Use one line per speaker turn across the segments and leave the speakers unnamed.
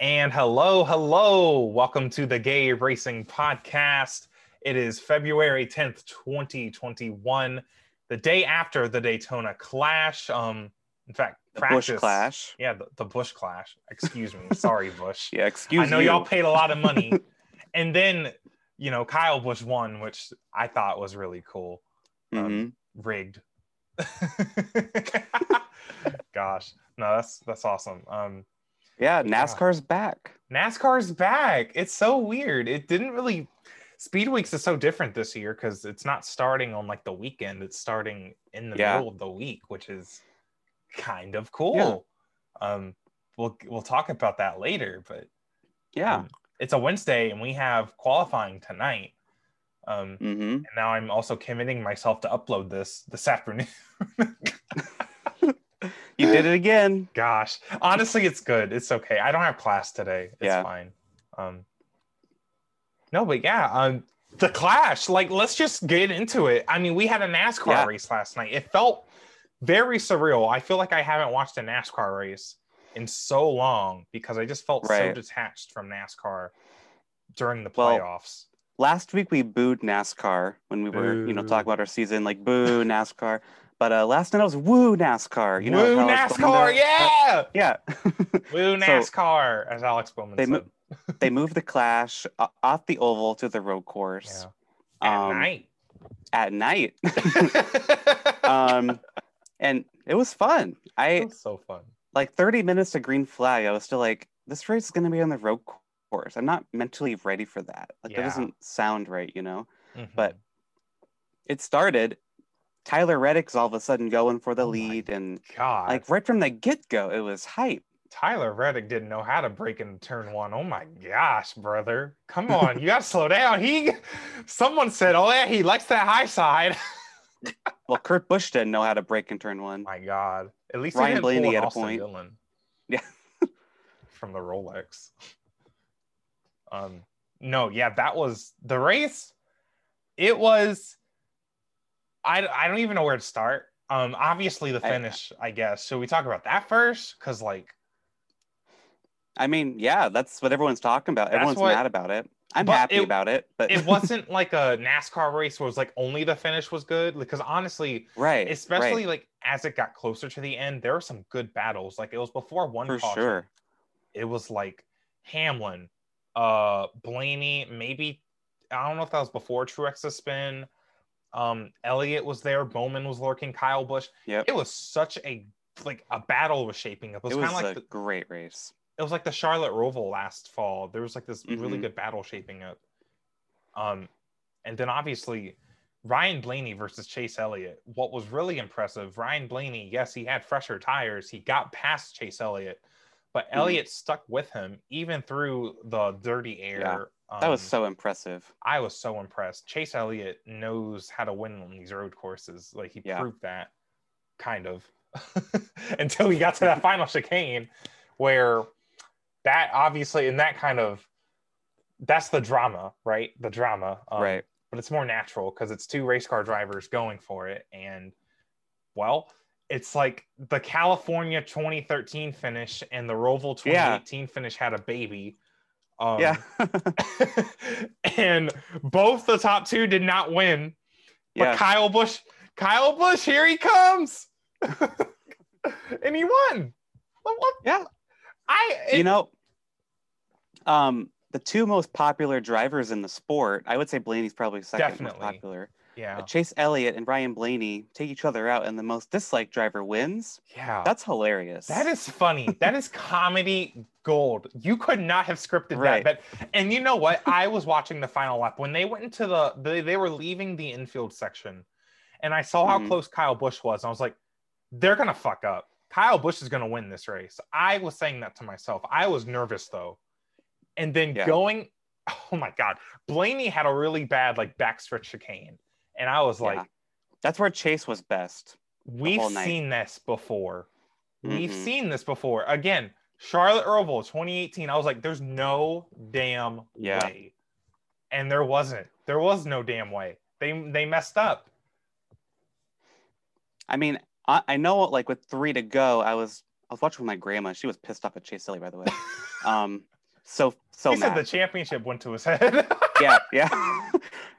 And hello, hello. Welcome to the Gay Racing Podcast. It is February 10th, 2021, the day after the Daytona Clash. Um, in fact,
The
practice.
Bush Clash.
Yeah, the, the Bush Clash. Excuse me. Sorry, Bush.
Yeah, excuse
I know
you.
y'all paid a lot of money. and then, you know, Kyle Bush won, which I thought was really cool.
Mhm.
rigged. Gosh, no, that's that's awesome. Um,
Yeah, NASCAR's back.
NASCAR's back. It's so weird. It didn't really. Speed Weeks is so different this year because it's not starting on like the weekend. It's starting in the
Yeah.
middle of the week, which is kind of cool. Um, we'll we'll talk about that later, but
Yeah.
it's a Wednesday and we have qualifying tonight. Um,
hmm
and now I'm also committing myself to upload this this afternoon.
You did it again.
Gosh, honestly, it's good. It's okay. I don't have class today. It's
Yeah.
fine. Um, no, but yeah, um, the clash. Like, let's just get into it. I mean, we had a NASCAR
Yeah.
race last night. It felt very surreal. I feel like I haven't watched a NASCAR race in so long because I just felt so
Right.
detached from NASCAR during the
Well,
playoffs.
Last week we booed NASCAR when we were, you know,
Boo.
talking about our season, like boo NASCAR. But uh, last night I was woo NASCAR. You know,
Woo
how Alex Bowman
NASCAR, yeah!
does- yeah.
Woo NASCAR, as Alex Bowman
They
said.
mo- they moved the Clash o- off the oval to the road course
yeah. At
um,
night.
at night. um, and it was fun. I
It was so fun.
like 30 minutes to green flag, I was still like, this race is going to be on the road course. I'm not mentally ready for that. Like,
Yeah.
that doesn't sound right, you know?
Mhm.
But It started, Tyler Reddick's all of a sudden going for the
Oh my
lead. And
God,
like, right from the get go, it was hype.
Tyler Reddick didn't know how to break into turn one. Oh my gosh, brother. Come on, you gotta slow down. He someone said, Oh yeah, he likes that high side.
Well, Kurt Busch didn't know how to break in turn one.
my God. At least
Ryan
he didn't pull
Blaney
an
had a
Austin
point.
Dillon
Yeah.
from the Rolex. Um no, yeah, that was the race. It was I I don't even know where to start. Um obviously the
I-
finish, I guess. Should we talk about that first? Cause like
I mean, yeah, that's what everyone's talking about.
That's
Everyone's
what-
mad about it. I'm
But
happy
it-
about it, but
it wasn't like a NASCAR race where it was like only the finish was good. Because honestly,
right.
especially
right,
like as it got closer to the end, there were some good battles. Like it was before one
for
caution,
sure.
it was like Hamlin, uh Blaney, maybe I don't know if that was before Truex's spin. Um, Elliott was there, Bowman was lurking, Kyle Bush.
Yep.
It was such a like a battle was shaping up. It
It
was,
was,
kind of like
a
the,
great race.
it was like the Charlotte Roval last fall. There was like this really
Mhm.
good battle shaping up. Um, and then obviously Ryan Blaney versus Chase Elliott. What was really impressive, Ryan Blaney, yes, he had fresher tires. He got past Chase Elliott, but
Mhm.
Elliott stuck with him even through the dirty air.
Yeah, That was
Um,
so impressive.
I was so impressed. Chase Elliott knows how to win on these road courses. Like he
Yeah.
proved that kind of until he got to that final chicane where that obviously and that kind of that's the drama, right? The drama. um,
right.
But it's more natural because it's two race car drivers going for it. And well, it's like the California 2013 finish and the Roval
Yeah.
2018 finish had a baby. Um,
Yeah.
and both the top two did not win. But
yeah.
Kyle Bush, Kyle Bush, here he comes, and he won. What- what-
Yeah.
I
you know, um, the two most popular drivers in the sport, I would say Blaney's probably second
Definitely.
most popular.
yeah,
But Chase Elliott and Ryan Blaney take each other out, and the most disliked driver wins.
yeah.
That's hilarious.
That is funny. That is comedy gold. You could not have scripted
Right.
that. But and you know what? I was watching the final lap when they went into the they, they were leaving the infield section, and I saw how
Mhm.
close Kyle Bush was. And I was like, they're gonna fuck up. Kyle Bush is gonna win this race. I was saying that to myself. I was nervous though. And then
Yeah.
going, oh my god, Blaney had a really bad like backstretch chicane. And I was
Yeah.
like,
That's where Chase was best.
We've
whole night.
seen this before. We've
Mhm.
seen this before. Again, Charlotte Roval 2018. I was like, there's no damn
Yeah.
way. And there wasn't. There was no damn way. They they messed up.
I mean, I, I know, like with three to go, I was I was watching with my grandma. She was pissed off at Chase Elliott, by the way. Um, so so
he said the
mad.
championship went to his head.
yeah, yeah.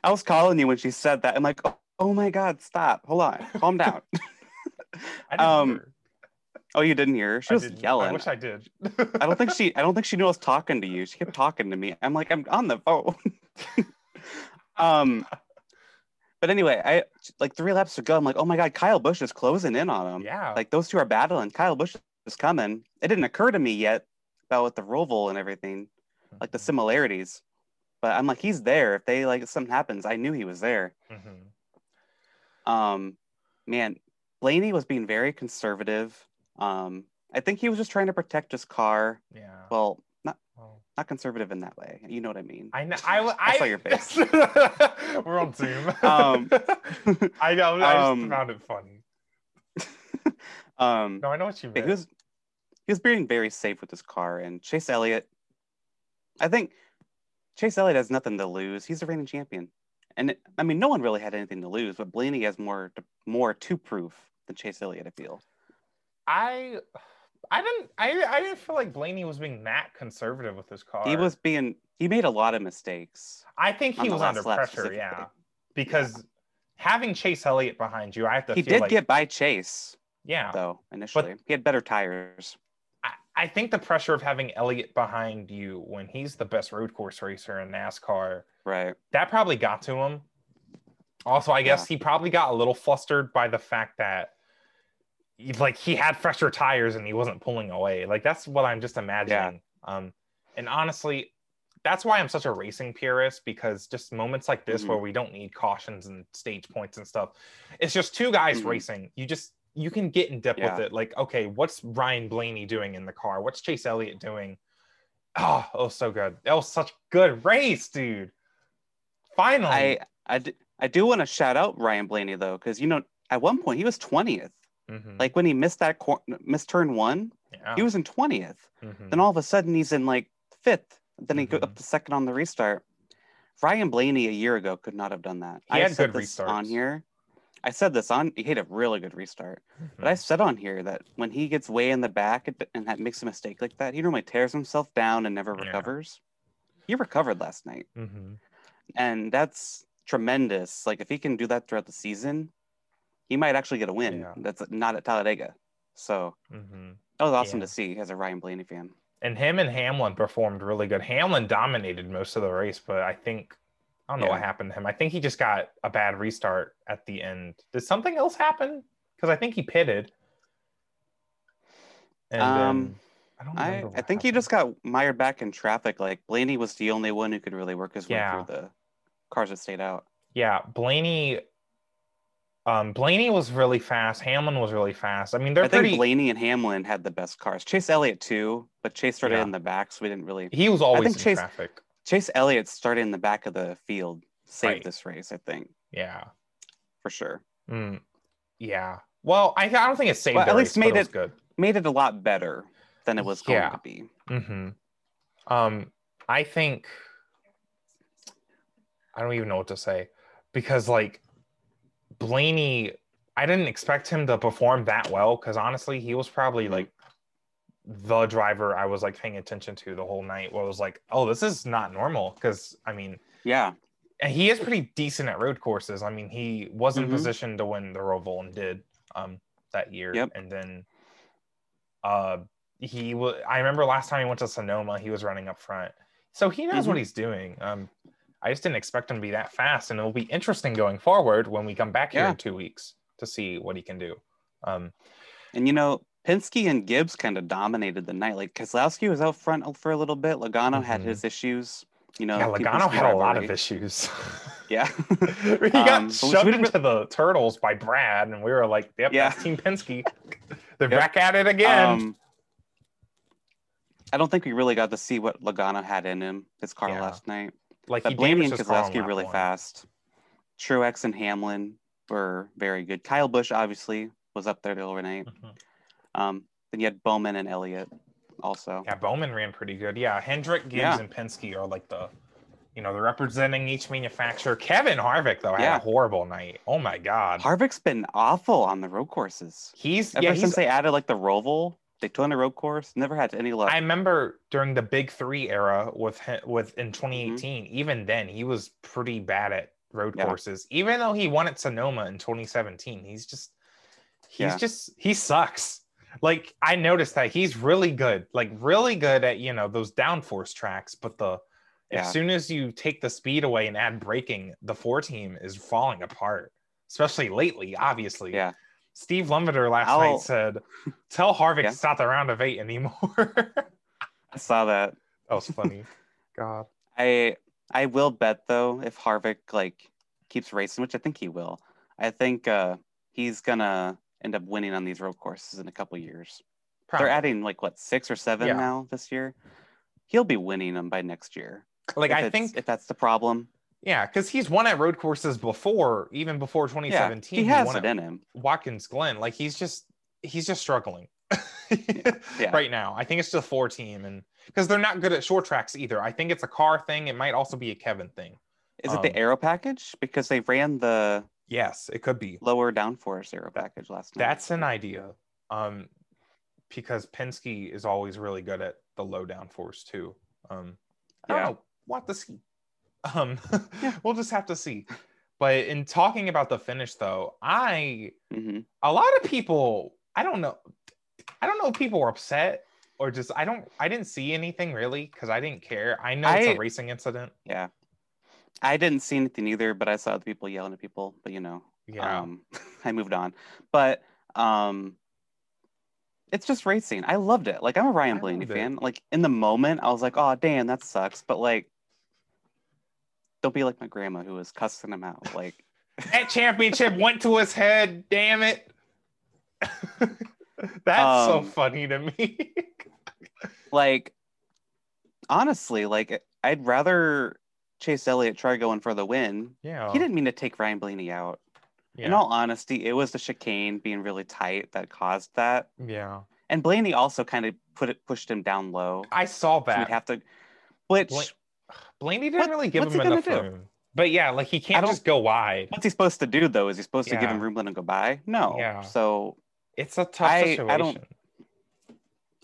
I was calling you when she said that. I'm like, oh, oh my god, stop, hold on, calm down.
I didn't
Um,
hear.
oh, you didn't hear? her? She
I
was
didn't. I
yelling.
wish I did.
I don't think she. I don't think she knew I was talking to you. She kept talking to me. I'm like, I'm on the phone. um, but anyway, I like three laps to go. I'm like, oh my god, Kyle Bush is closing in on him.
yeah.
Um, Like those two are battling. Kyle Bush is coming. It didn't occur to me yet about with the roval and everything, like the similarities. But I'm like, he's there. If they like if something happens, I knew he was there.
Mhm.
Um, man, Blaney was being very conservative. Um, I think he was just trying to protect his car.
Yeah.
Well, not
Well,
not conservative in that way. You know what I mean?
I know. I, I,
I saw your face.
We're on Zoom.
Um,
I know. I just
um,
found it funny.
um,
No, I know what you
but
mean.
he was he was being very safe with his car, and Chase Elliott. I think Chase Elliott has nothing to lose. He's the reigning champion, and I mean, no one really had anything to lose. But Blaney has more to, more to prove than Chase Elliott. I feel.
I I didn't I, I didn't feel like Blaney was being that conservative with his car.
He was being he made a lot of mistakes.
I think
on
he
the
was under
last lap
pressure,
specifically.
yeah. Because having Chase Elliott behind you, I have to
He
feel
did
like
get by Chase
yeah.
though initially. he had better tires.
I, I think the pressure of having Elliott behind you when he's the best road course racer in NASCAR,
Right.
that probably got to him. Also, I guess he probably got a little flustered by the fact that like he had fresher tires and he wasn't pulling away. Like that's what I'm just imagining. Um and honestly, that's why I'm such a racing purist because just moments like this
Mhm.
where we don't need cautions and stage points and stuff. It's just two guys
Mhm.
racing. You just you can get in depth with
Yeah.
it. Like, okay, what's Ryan Blaney doing in the car? What's Chase Elliott doing? Oh, oh, so good. That was such good race, dude. Finally.
I I d- I do want to shout out Ryan Blaney though, because you know at one point he was twentieth.
Mhm.
Like when he missed that cor- missed turn one,
yeah.
he was in 20th
Mhm.
Then all of a sudden he's in like fifth. Then he go
Mhm.
up to second on the restart. Ryan Blaney a year ago could not have done that.
He had good
this on
restarts.
here. I said this on. He had a really good restart, but I
Mhm.
said on here that when he gets way in the back and- and that makes a mistake like that, he normally tears himself down and never
Yeah.
recovers. He recovered last night
Mhm.
and that's tremendous. Like if he can do that throughout the season, he might actually get a win.
Yeah.
That's not at Talladega, so
Mhm.
that was awesome
Yeah.
to see as a Ryan Blaney fan.
And him and Hamlin performed really good. Hamlin dominated most of the race, but I think I don't know what
Yeah.
happened to him. I think he just got a bad restart at the end. Did something else happen? Because I think he pitted. And
Um,
then, I don't
I,
remember
I
what
think he
happened.
just got mired back in traffic. Like Blaney was the only one who could really work his way
Yeah.
through the cars that stayed out.
yeah Blaney. Um, Blaney was really fast. Hamlin was really fast. I mean, they're
I think
pretty.
Blaney and Hamlin had the best cars. Chase Elliott too, but Chase started
Yeah.
in the back, so we didn't really.
he was always
think
in
Chase-
traffic.
Chase Elliott started in the back of the field, saved
Right.
this race, I think
Yeah.
for sure.
Mm, yeah. Well, I, I don't think it saved.
Well, at
the
least
race, but
made
was
it-
good.
Made it a lot better than it was going
Yeah.
to be.
hmm Um, I think I don't even know what to say because like Blaney, I didn't expect him to perform that well because honestly, he was probably
Mhm.
like the driver I was like paying attention to the whole night. Where I was like, oh, this is not normal because I mean,
Yeah,
and he is pretty decent at road courses. I mean, he was in
Mhm.
position to win the Roval and did um that year.
Yep.
And then uh he was I remember last time he went to Sonoma, he was running up front. So he knows
Mm-hmm.
what he's doing. Um I just didn't expect him to be that fast and it'll be interesting going forward when we come back here
Yeah.
in 2 weeks to see what he can do. Um
and you know Penske and Gibbs kind of dominated the night. Like Keselowski was out front for a little bit. Logano had
Mhm.
his issues. You know,
yeah,
people's
Logano had a lot
rivalry.
of issues.
Yeah.
he got
Um, so we
shoved
should-
into the turtles by Brad, and we were like, "Yep,
Yeah.
that's Team Penske. They're
Yep.
back at it again."
Um, I don't think we really got to see what Logano had in him his car
Yeah.
last night.
like
But
he
Blaney and
damaged his car on
Kozlowski
lap
really
one.
fast. Truex and Hamlin were very good. Kyle Bush obviously was up there till overnight.
Mhm.
Um, then you had Bowman and Elliott also.
Yeah, Bowman ran pretty good. Yeah, Hendrick, Gibbs,
Yeah.
and Penske are like the, you know, they're representing each manufacturer. Kevin Harvick though had
Yeah.
a horrible night. Oh my god,
Harvick's been awful on the road courses.
he's
Ever
yeah he's
since they added like the Roval, Daytona road course, never had any luck.
I remember during the Big Three era with him, with in
Mm-hmm.
2018. Even then, he was pretty bad at road
Yeah.
courses. Even though he won at Sonoma in 2017, he's just he's
Yeah.
just he sucks. Like I noticed that he's really good, like really good at you know those downforce tracks, but the
Yeah.
as soon as you take the speed away and add braking, the four team is falling apart, especially lately. Obviously,
Yeah.
Steve Lembeter last
I'll-
night said, "Tell Harvick
Yeah.
it's not the round of eight anymore."
I saw that.
That was funny. God.
I I will bet though if Harvick like keeps racing, which I think he will. I think uh, he's gonna end up winning on these road courses in a couple years. They're adding like what six or seven
Yeah.
now this year. He'll be winning them by next year.
like
If
I
it's-
think
if that's the problem,
yeah, because he's won at road courses before, even before
yeah,
2017.
he has
won
it
at
in him.
Watkins Glen. Like he's just he's just struggling.
yeah.
Right now, I think it's just four team, and because they're not good at short tracks either. I think it's a car thing. It might also be a Kevin thing.
Is it the
Um,
arrow package? Because they ran the
Yes, it could be.
lower downforce arrow package last night.
That's an idea. Um, because Penske is always really good at the low downforce too. Um, I
Yeah.
don't know. We'll have to see. Um,
Yeah.
we'll just have to see. But in talking about the finish, though, I
Mhm.
a lot of people, I don't know, I don't know if people were upset or just I don't, I didn't see anything really because I didn't care. I know it's
I-
a racing incident.
Yeah, I didn't see anything either, but I saw other people yelling at people. But you know,
Yeah,
um, I moved on. But um, it's just racing. I loved it. Like I'm a Ryan
I
Blaney
loved it.
fan. Like in the moment, I was like, "Oh, damn, that sucks." But like, don't be like my grandma who was cussing him out. Like,
that championship went to his head. Damn it. That's so
Um,
funny to me.
like honestly, like I'd rather Chase Elliott try going for the win.
yeah.
He didn't mean to take Ryan Blaney out.
Oh. yeah.
In all honesty, it was the chicane being really tight that caused that.
yeah.
And Blaney also kind of put it pushed him down low.
I saw
So
that.
We'd have to, which
Bla- Blaney didn't
What-
really give
what's
him
he gonna
enough
do?
room. But yeah, like he can't
don't-
just go wide.
what's he supposed to do though? Is he supposed to give him
Yeah.
room, let him go by? No.
Yeah.
So
It's a tough
I- I
situation.
don't-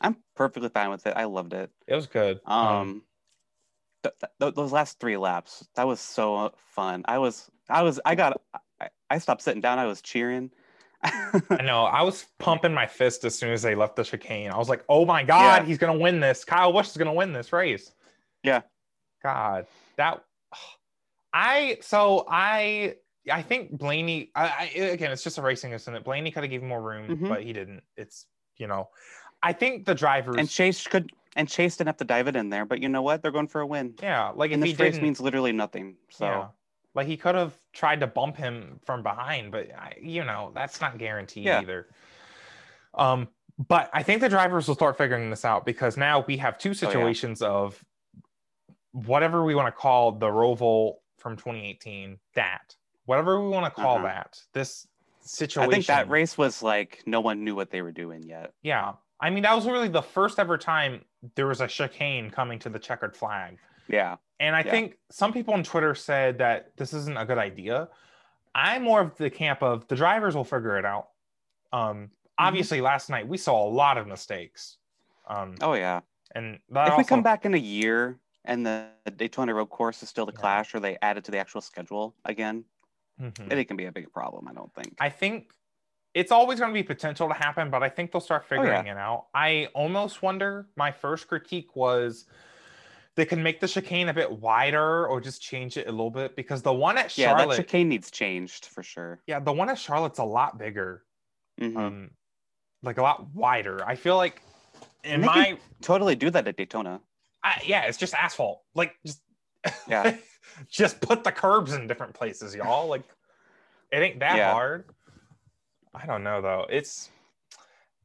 I'm perfectly fine with it. I loved it.
It was good.
Um, th- th- th- those last three laps, that was so fun. I was, I was, I got, I, I stopped sitting down. I was cheering.
I know. I was pumping my fist as soon as they left the chicane. I was like, "Oh my god,
Yeah.
he's gonna win this. Kyle Busch is gonna win this race."
Yeah.
God, that I so I I think Blaney. I, I again, it's just a racing incident. Blaney could have given more room,
Mhm.
but he didn't. It's you know, I think the drivers.
and Chase could, and Chase didn't have to dive it in there. But you know what? They're going for a win.
yeah, like
and
if he
this race
didn't,
means literally nothing. So
Yeah. Like he could have tried to bump him from behind, but I, you know, that's not guaranteed
Yeah.
either. Um, but I think the drivers will start figuring this out because now we have two
Oh, yeah.
situations of whatever we want to call the Roval from 2018, that whatever we want to call
Uh-huh.
that, this
I
situation.
think that race was like no one knew what they were doing yet.
Yeah. I mean, that was really the first ever time there was a chicane coming to the checkered flag.
Yeah.
And I
Yeah.
think some people on Twitter said that this isn't a good idea. I'm more of the camp of the drivers will figure it out. Um,
Mm-hmm.
obviously, last night we saw a lot of mistakes. Um,
Oh yeah.
and that
if we
also-
come back in a year and the Daytona Road Course is still the
Yeah.
Clash, or they add it to the actual schedule again,
Mhm.
it can be a big problem. I don't think.
I think it's always going to be potential to happen, but I think they'll start
Oh, yeah.
figuring it out. I almost wonder. My first critique was they can make the chicane a bit wider or just change it a little bit because the one at
yeah,
Charlotte,
that chicane needs changed for sure.
yeah, the one at Charlotte's a lot bigger.
Mhm.
um like a lot wider i feel like in
They
my
totally do that at Daytona.
I, yeah it's just asphalt like just
Yeah.
just put the curbs in different places y'all like it ain't that
Yeah.
hard i don't know though it's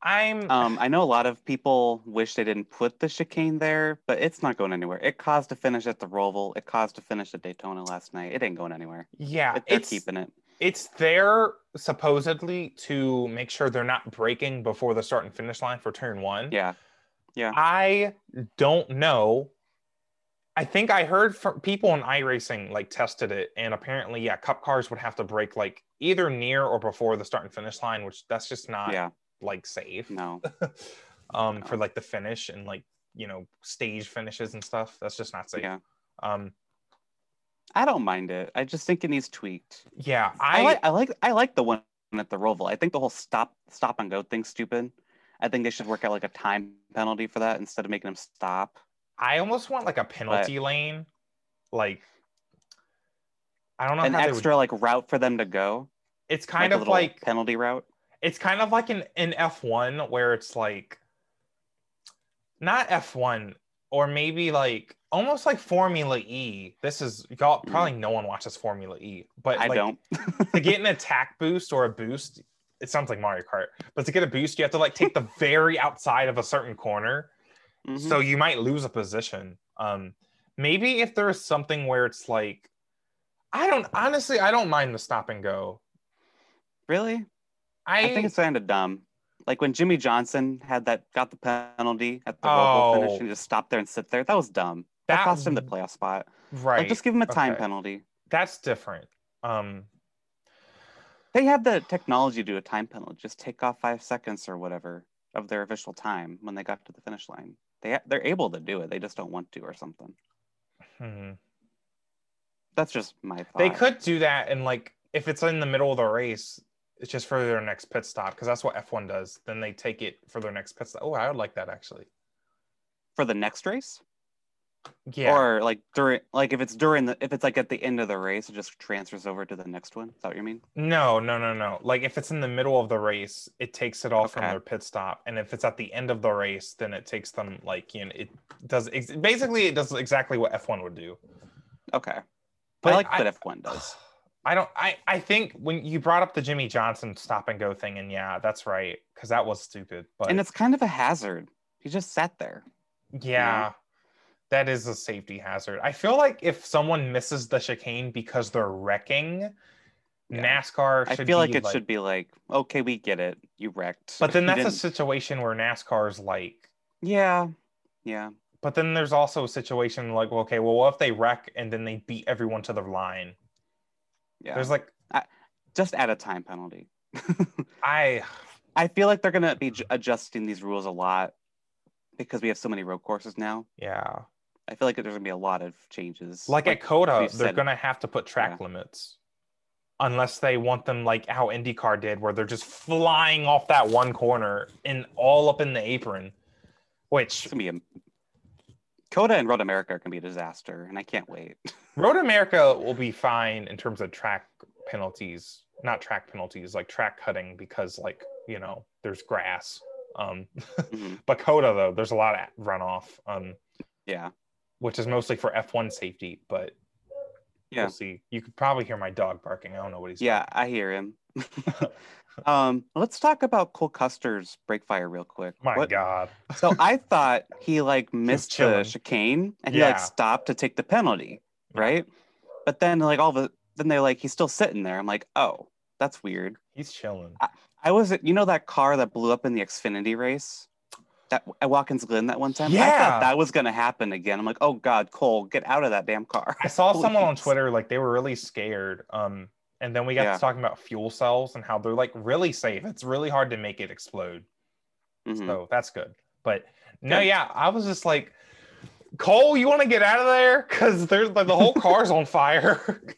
i'm
Um, I know a lot of people wish they didn't put the chicane there, but it's not going anywhere. It caused a finish at the Roval. It caused a finish at Daytona last night. It ain't going anywhere.
yeah
They're
it's
keeping it.
it's there supposedly to make sure they're not breaking before the start and finish line for turn one
Yeah.
I don't know. I think I heard from people in iRacing like tested it, and apparently, yeah, cup cars would have to break like either near or before the start and finish line, which that's just not
Yeah.
like safe.
No.
um, for like the finish and like you know stage finishes and stuff. That's just not safe.
Yeah.
Um,
I don't mind it. I just think it needs tweaked.
yeah,
I,
I,
like I like I like the one at the Roval. I think the whole stop stop and go thing's stupid. I think they should work out like a time penalty for that instead of making them stop.
I almost want like a penalty lane, like I don't know
An
how
extra
they would.
like route for them to go.
It's kind
a
of
little
like
penalty route.
it's kind of like an an F one where it's like not F one or maybe like almost like Formula E. This is y'all probably no one watches Formula E, but
I
like,
don't.
to get an attack boost or a boost, it sounds like Mario Kart, but to get a boost, you have to like take the very outside of a certain corner.
Mhm.
So you might lose a position. Um, maybe if there's something where it's like, I don't honestly, I don't mind the stop and go.
really,
I,
I think it's kind of dumb. Like when Jimmy Johnson had that got the penalty at the
Oh.
Roval finish and just stopped there and sit there. That was dumb. That,
That-
cost him the playoff spot.
right.
Like just give him a time
Okay.
penalty.
That's different. Um,
They have the technology to do a time penalty. Just take off five seconds or whatever of their official time when they got to the finish line. They ha- they're able to do it. They just don't want to or something.
hmm.
That's just my thought.
they could do that, and like if it's in the middle of the race, it's just for their next pit stop because that's what F1 does. Then they take it for their next pit stop. Oh, I would like that actually.
for the next race
Yeah.
or like during like if it's during the if it's like at the end of the race, it just transfers over to the next one. Is that what you mean?
No, no, no, no. Like if it's in the middle of the race, it takes it all from
Okay.
their pit stop, and if it's at the end of the race, then it takes them like you know it does ex- basically it does exactly what F one would do.
Okay,
But
I like
I-
that F one does.
I don't. I I think when you brought up the Jimmy Johnson stop and go thing, and yeah, that's right, because that was stupid. But
and it's kind of a hazard. He just sat there.
yeah, that is a safety hazard. I feel like if someone misses the chicane because they're wrecking,
Yeah.
NASCAR.
I
Should
feel like
be,
it should be like, okay, we get it. You wrecked.
But then
You
that's a
didn't-
situation where NASCAR's like.
yeah, yeah.
but then there's also a situation like well, okay well what if they wreck and then they beat everyone to the line
Yeah.
there's like
just add a time penalty.
i
I feel like they're going to be j- adjusting these rules a lot because we have so many road courses now.
yeah
I feel like there's going to be a lot of changes.
like at coda
we've
they're
said-
gonna have to put track limits unless they want them like how indycar did where they're just flying off that one corner and all up in the apron which
it's going to be a Coda and Road America are going to be a disaster, and I can't wait.
road america will be fine in terms of track penalties not track penalties like track cutting because like you know there's grass um
Mhm.
but coda though there's a lot of runoff um
Yeah,
which is mostly for F1 safety, but
Yeah.
we'll see. You could probably hear my dog barking. I don't know what he's
yeah, I hear him. um, let's talk about Cole Custer's break fire real quick.
barking. My
What-
God.
So I thought he like missed
chilling.
the chicane and he
Yeah.
like stopped to take the penalty, right? But then like all the then they're like he's still sitting there. I'm like, oh, that's weird.
He's chilling.
I was at you know that car that blew up in the Xfinity race, that at Watkins Glen that one time. I
Yeah.
thought that was gonna happen again. I'm like, oh God, Cole, get out of that damn car.
I saw someone on
Please.
Twitter, like they were really scared. Um, and then we got
Yeah.
to talking about fuel cells and how they're like really safe. It's really hard to make it explode.
Mhm.
So that's good. But no,
Good.
yeah, I was just like, Cole, you want to get out of there? Cause there's like the whole car's on fire.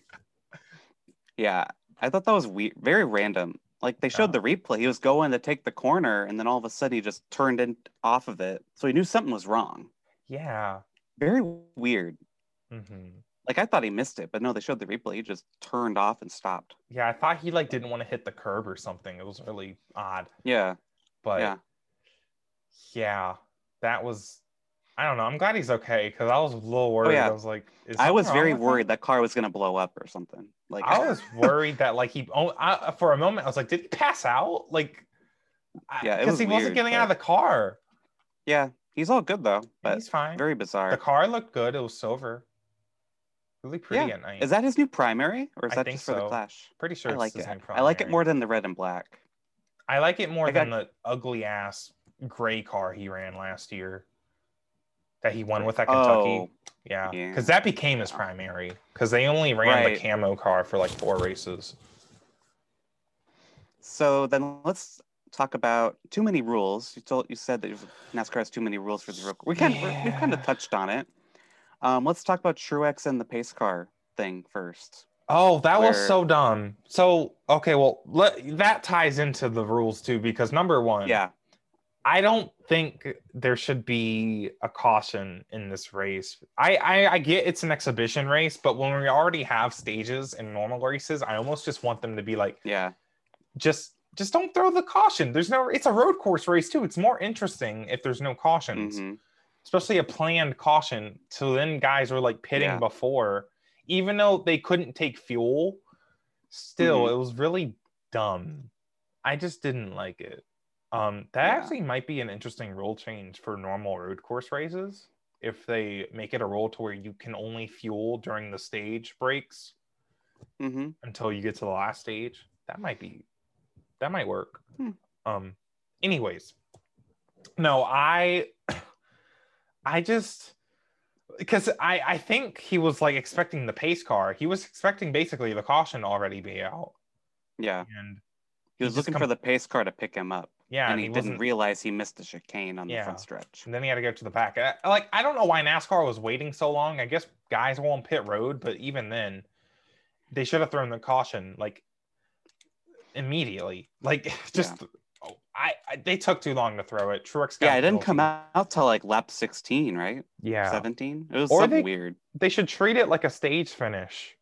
Yeah, I thought that was weird, very random. Like they showed
Yeah.
the replay. He was going to take the corner, and then all of a sudden he just turned in off of it. So he knew something was wrong.
yeah.
Very weird.
hmm
Like I thought he missed it, but no, they showed the replay. He just turned off and stopped.
Yeah. I thought he like didn't want to hit the curb or something. It was really odd.
Yeah,
but yeah.
Yeah.
that was i don't know i'm glad he's okay because i was a little worried
Oh, yeah.
i was like is
I was
something wrong
very
with him?
worried that car was gonna blow up or something. Like
i was worried that like he oh, I, for a moment i was like did he pass out like
Yeah, it
because
was
he wasn't
weird,
getting out of the car
yeah, he's all good though, but
he's fine
very bizarre.
the car looked good it was silver really pretty at night
Is that his new primary, or is
I
that
think
just for the
so.
Clash?
pretty sure
I
it's
like
his
it.
new
I like it
primary.
more than the red and black.
i like it more
I
than the ugly ass gray car he ran last year that he won with at kentucky
Oh,
Yeah,
Yeah.
because that became his primary. Because they only ran the
Right.
camo car for like four races.
so then let's talk about too many rules. You told you said that NASCAR has too many rules for the real. We kind of we've kind of
Yeah.
touched on it. Um, let's talk about Truex and the pace car thing first.
Oh, that was
where-
so dumb. So okay, well, let, that ties into the rules too because number one,
Yeah,
I don't think there should be a caution in this race. I, I I get it's an exhibition race, but when we already have stages in normal races, I almost just want them to be like
yeah,
just just don't throw the caution. There's no it's a road course race too. It's more interesting if there's no cautions,
hmm
especially a planned caution. So then guys were like pitting
Yeah.
before, even though they couldn't take fuel. Still,
Mhm.
it was really dumb. I just didn't like it. Um, that
Yeah.
actually might be an interesting rule change for normal road course races if they make it a rule to where you can only fuel during the stage breaks
hmm
until you get to the last stage. That might be that might work.
Hmm.
Um anyways. No, I I just because I I think he was like expecting the pace car. He was expecting basically the caution already be out.
yeah.
And He
He was
just
looking
com-
for the pace car to pick him up,
yeah,
and he, didn't
wasn't-
realize he missed the chicane on the
Yeah.
front stretch.
and then he had to go to the back. I- Like I don't know why NASCAR was waiting so long. I guess guys were on pit road, but even then, they should have thrown the caution like immediately. Like just oh, I, I they took too long to throw it. Truex got
Yeah,
a
it didn't come
penalty.
out out till like lap sixteen, right?
Yeah,
Seventeen. It was
Or
something
they-
weird.
they should treat it like a stage finish.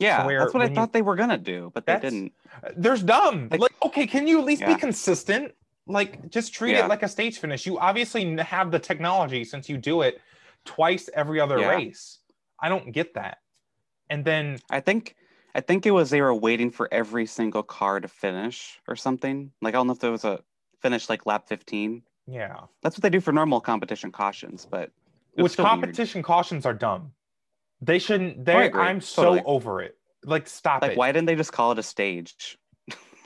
Yeah,
where
that's what I
when you-
thought they were gonna do, but they
That's-
didn't.
Uh, There's dumb.
Like-
Like, okay, can you at least
Yeah.
be consistent? Like, just treat
Yeah.
it like a stage finish. You obviously n- have the technology since you do it twice every other
Yeah.
race. I don't get that. And then,
I think I think it was they were waiting for every single car to finish or something. Like I don't know if there was a finish like lap 15.
yeah,
That's what they do for normal competition cautions, but it was
which
still weird. Oh,
competition cautions are dumb. They shouldn't. They.
agree.
I'm so
Totally.
over it. Like, stop
Like
it.
why didn't they just call it a stage?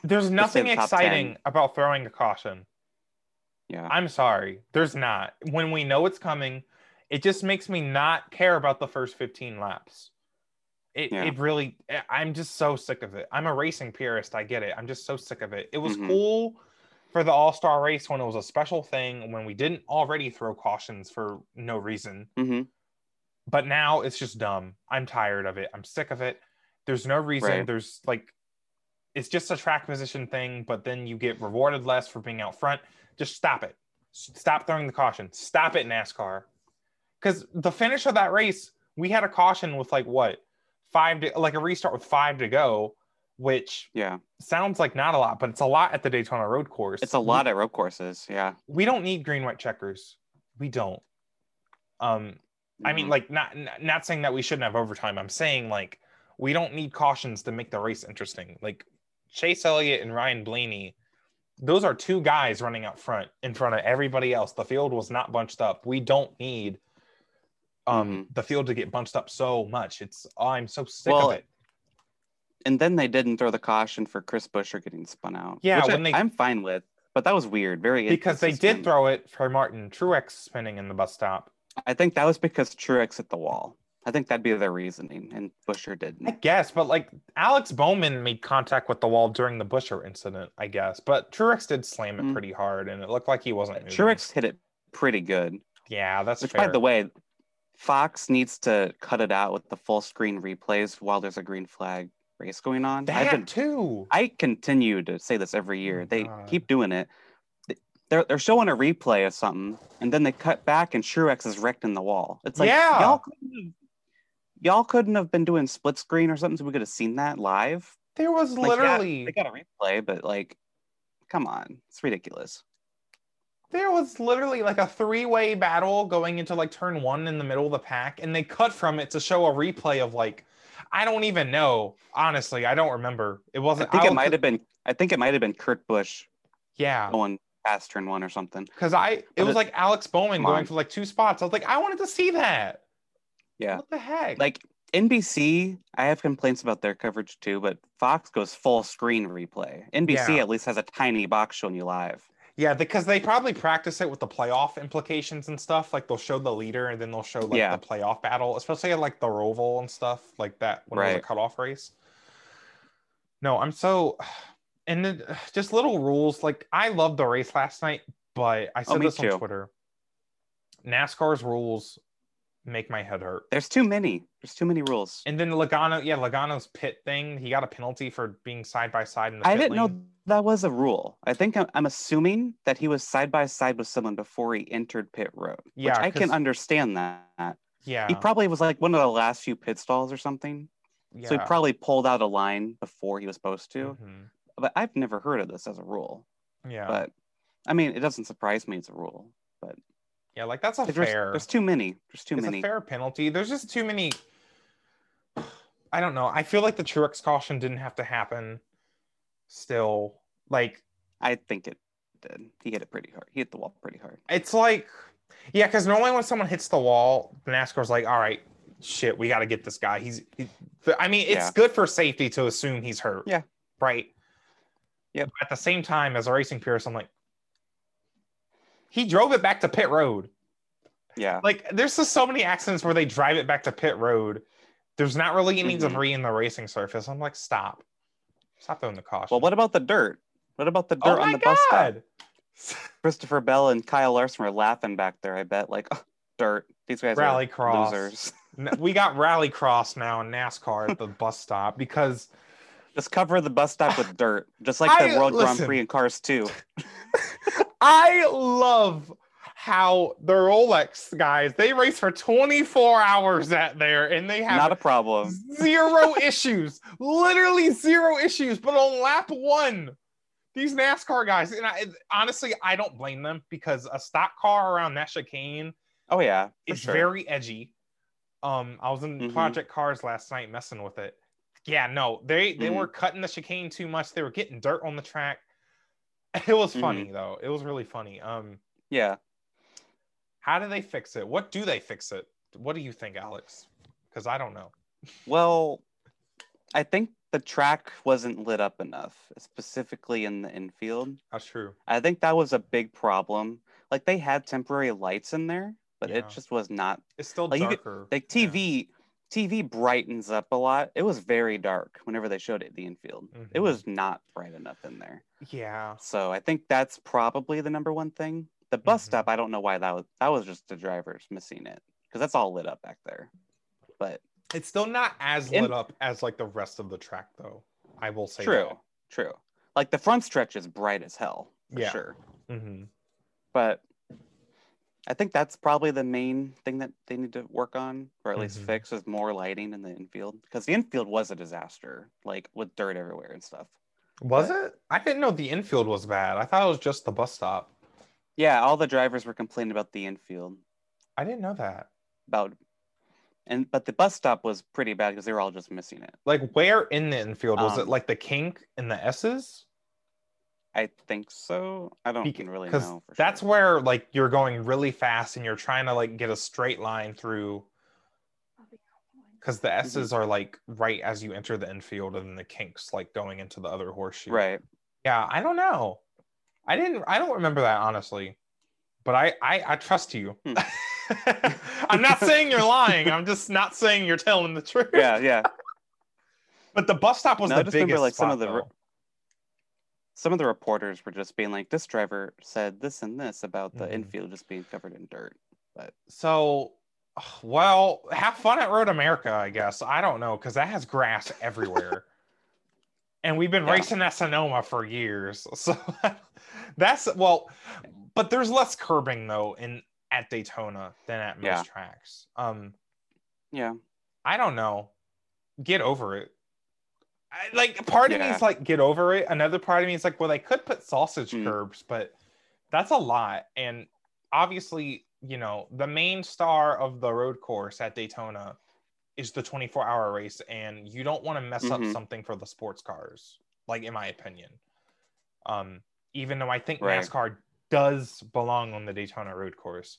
There's nothing
top
exciting
10.
about throwing a caution.
Yeah.
I'm sorry. There's not. When we know it's coming, it just makes me not care about the first 15 laps. It,
Yeah.
it really, I- I'm just so sick of it. I'm a racing purist. I get it. I'm just so sick of it. It was
Mhm.
cool for the all star race when it was a special thing, when we didn't already throw cautions for no reason.
hmm
But now it's just dumb. I'm tired of it. I'm sick of it. There's no reason.
Right.
There's like, it's just a track position thing, but then you get rewarded less for being out front. Just stop it. S- Stop throwing the caution. Stop it, NASCAR. Because the finish of that race, we had a caution with like what five to like a restart with five to go, which
Yeah.
sounds like not a lot, but it's a lot at the Daytona Road Course.
It's a
We-
lot at road courses. Yeah.
we don't need green white checkers. We don't. Um, I mean,
Mhm.
like not n- not saying that we shouldn't have overtime. I'm saying like we don't need cautions to make the race interesting. Like Chase Elliott and Ryan Blaney, those are two guys running out front in front of everybody else. The field was not bunched up. We don't need um the field to get bunched up so much. It's I'm so sick
Well,
of it.
and then they didn't throw the caution for Chris Busher getting spun out.
Yeah,
which I-
when they-
I'm fine with, but that was weird. Very
Because they did
inconsistent.
throw it for Martin Truex spinning in the bus stop.
I think that was because Truex hit the wall. I think that'd be their reasoning, and Busher didn't.
I guess, but like Alex Bowman made contact with the wall during the Busher incident, I guess. But Truex did slam it
Mm.
pretty hard, and it looked like he wasn't. Moving.
Truex hit it pretty good.
yeah, that's
Which,
fair.
by the way, Fox needs to cut it out with the full screen replays while there's a green flag race going on. I've
that
been,
too.
I continue to say this every year. They
Oh God.
keep doing it. They're, they're showing a replay of something, and then they cut back, and Truex is wrecking the wall. It's like
Yeah.
y'all couldn't have, y'all couldn't have been doing split screen or something, so we could have seen that live.
there was
Like, yeah,
literally
they got a replay, but like, come on, it's ridiculous.
there was literally like a three way battle going into like turn one in the middle of the pack, and they cut from it to show a replay of like I don't even know. Honestly, I don't remember. It
I
wasn't.
think it
I'll-
might have been. I think it might have been Kurt Busch
Yeah,
going past turn one or something.
because I it
But
was
it-
like Alex Bowman
come on.
going for like two spots. I was like, I wanted to see that.
Yeah.
What the heck?
Like NBC, I have complaints about their coverage too, but Fox goes full screen replay. NBC
Yeah.
at least has a tiny box showing you live.
Yeah, because they probably practice it with the playoff implications and stuff. Like they'll show the leader and then they'll show like
Yeah.
the playoff battle, especially at like the Roval and stuff like that when it was
Right.
a cutoff race. No, I'm so and then ugh, just little rules. Like I loved the race last night, but I said
Oh, me
this
too.
on Twitter. NASCAR's rules make my head hurt.
There's too many. There's too many rules.
And then Logano, yeah, Logano's pit thing. He got a penalty for being side by side in the
I
pit
didn't know
lane.
that was a rule. I think I'm, I'm assuming that he was side by side with someone before he entered pit road.
Yeah,
which I
'cause-
can understand that.
Yeah,
He probably was like one of the last few pit stalls or something.
yeah.
So he probably pulled out a line before he was supposed to.
Mhm.
But I've never heard of this as a rule.
Yeah,
But I mean, it doesn't surprise me it's a rule.
yeah. Like that's a
There's,
fair.
there's too many. There's too
it's
many.
a fair penalty. There's just too many. I don't know. I feel like the Truex caution didn't have to happen. Still, like
I think it did. He hit it pretty hard. He hit the wall pretty hard.
it's like, yeah, because normally when someone hits the wall, NASCAR's like, all right, shit, we got to get this guy. He's, he, but, I mean, it's
Yeah.
good for safety to assume he's hurt.
Yeah.
Right.
Yep.
But at the same time, as a racing purist, I'm like, he drove it back to pit road.
Yeah.
like there's just so many accidents where they drive it back to pit road. There's not really any
Mhm.
debris in the racing surface. I'm like, stop, stop throwing the caution.
Well, what about the dirt? What about the
Oh
dirt
my
on the bus stop?
god!
Christopher Bell and Kyle Larson were laughing back there. I bet, like, "Oh, dirt. These guys
Rally
are
cross.
losers.
N- we got rallycross now in NASCAR at the bus stop because
Just cover the bus stop with dirt, just like
I-
the World
listen.
Grand Prix in Cars 2.
I love how the Rolex guys they race for 24 hours at there and they have
Not a problem.
zero issues, literally zero issues. But on lap one, these NASCAR guys, and I, honestly, I don't blame them because a stock car around that chicane
Oh yeah, for
is
sure.
very edgy. Um, I was in
Mhm.
Project Cars last night messing with it. Yeah, no, they they
Mhm.
were cutting the chicane too much. They were getting dirt on the track. It was
Mhm.
funny though. It was really funny. Um,
yeah.
how do they fix it? What do they fix it? What do you think, Alex? Because I don't know.
Well, I think the track wasn't lit up enough, specifically in the infield.
That's true.
I think that was a big problem. Like they had temporary lights in there, but
Yeah.
it just was not
It's still
Like, you could-
darker.
like
Yeah.
TV. TV brightens up a lot. It was very dark whenever they showed it the infield. It
Mhm.
was not bright enough in there.
Yeah.
So I think that's probably the number one thing. The bus
Mhm.
stop, I don't know why that was that was just the drivers missing it because that's all lit up back there. But
It's still not as
In-
lit up as like the rest of the track though. I will say
true, true. Like the front stretch is bright as hell for
Yeah.
sure.
that. Mhm.
But I think that's probably the main thing that they need to work on, or at least
Mhm.
fix, is more lighting in the infield because the infield was a disaster, like with dirt everywhere and stuff.
Was it? I didn't know the infield was bad. I thought it was just the bus stop.
Yeah, all the drivers were complaining about the infield,
I didn't know that.
about, and but the bus stop was pretty bad because they were all just missing it.
Like where in the infield was it
Um,
like the kink and the S's?
I think so. I don't really
Because
know. For
that's
sure.
where like you're going really fast and you're trying to like get a straight line through because the
Mm-hmm.
S's are like right as you enter the infield and then the kinks like going into the other horseshoe.
right.
Yeah, I don't know. I didn't. I don't remember that honestly, but I I, I trust you.
Hmm.
I'm not saying you're lying. I'm just not saying you're telling the truth.
Yeah, yeah.
But the bus stop was
No, I
the
just
biggest.
remember, like, some
spot,
of the
though.
Some of the reporters were just being like, "This driver said this and this about the
Mhm.
infield just being covered in dirt."
So, well, have fun at Road America, I guess. I don't know because that has grass everywhere, and we've been
Yeah.
racing at Sonoma for years. So that's well, but there's less curbing though in at Daytona than at most
Yeah.
tracks. Um.
Yeah,
I don't know. Get over it. I, like part of me
Yeah.
is like get over it. Another part of me is like, well, they could put sausage
Mm.
curbs, but that's a lot. And obviously, you know, the main star of the road course at Daytona is the 24 hour race, and you don't want to mess up
Mhm.
something for the sports cars, like in my opinion. Um, even though I think
Right.
NASCAR does belong on the Daytona road course.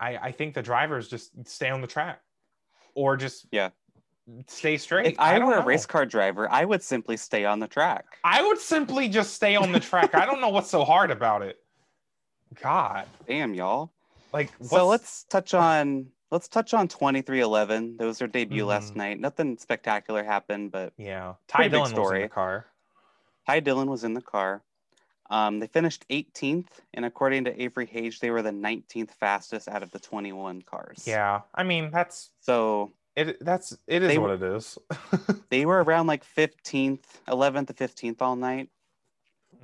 I, I think the drivers just stay on the track or just
Yeah.
stay straight.
if I,
don't
were a
know.
race car driver, I would simply stay on the track.
I would simply just stay on the track. I don't know what's so hard about it. God,
Damn, y'all.
like
So
what's-
let's touch on let's touch on twenty three eleven. That was their
Mm-hmm.
debut last night. Nothing spectacular happened, but
yeah. Ty
Pretty big
Dillon was in
story.
the car.
Ty Dillon was in the car. Um, they finished 18th, and according to Avery Hage, they were the 19th fastest out of the 21 cars.
Yeah, I mean that's
So
it. That's it is
They
what it is.
they were around like 15th, 11th to 15th all night,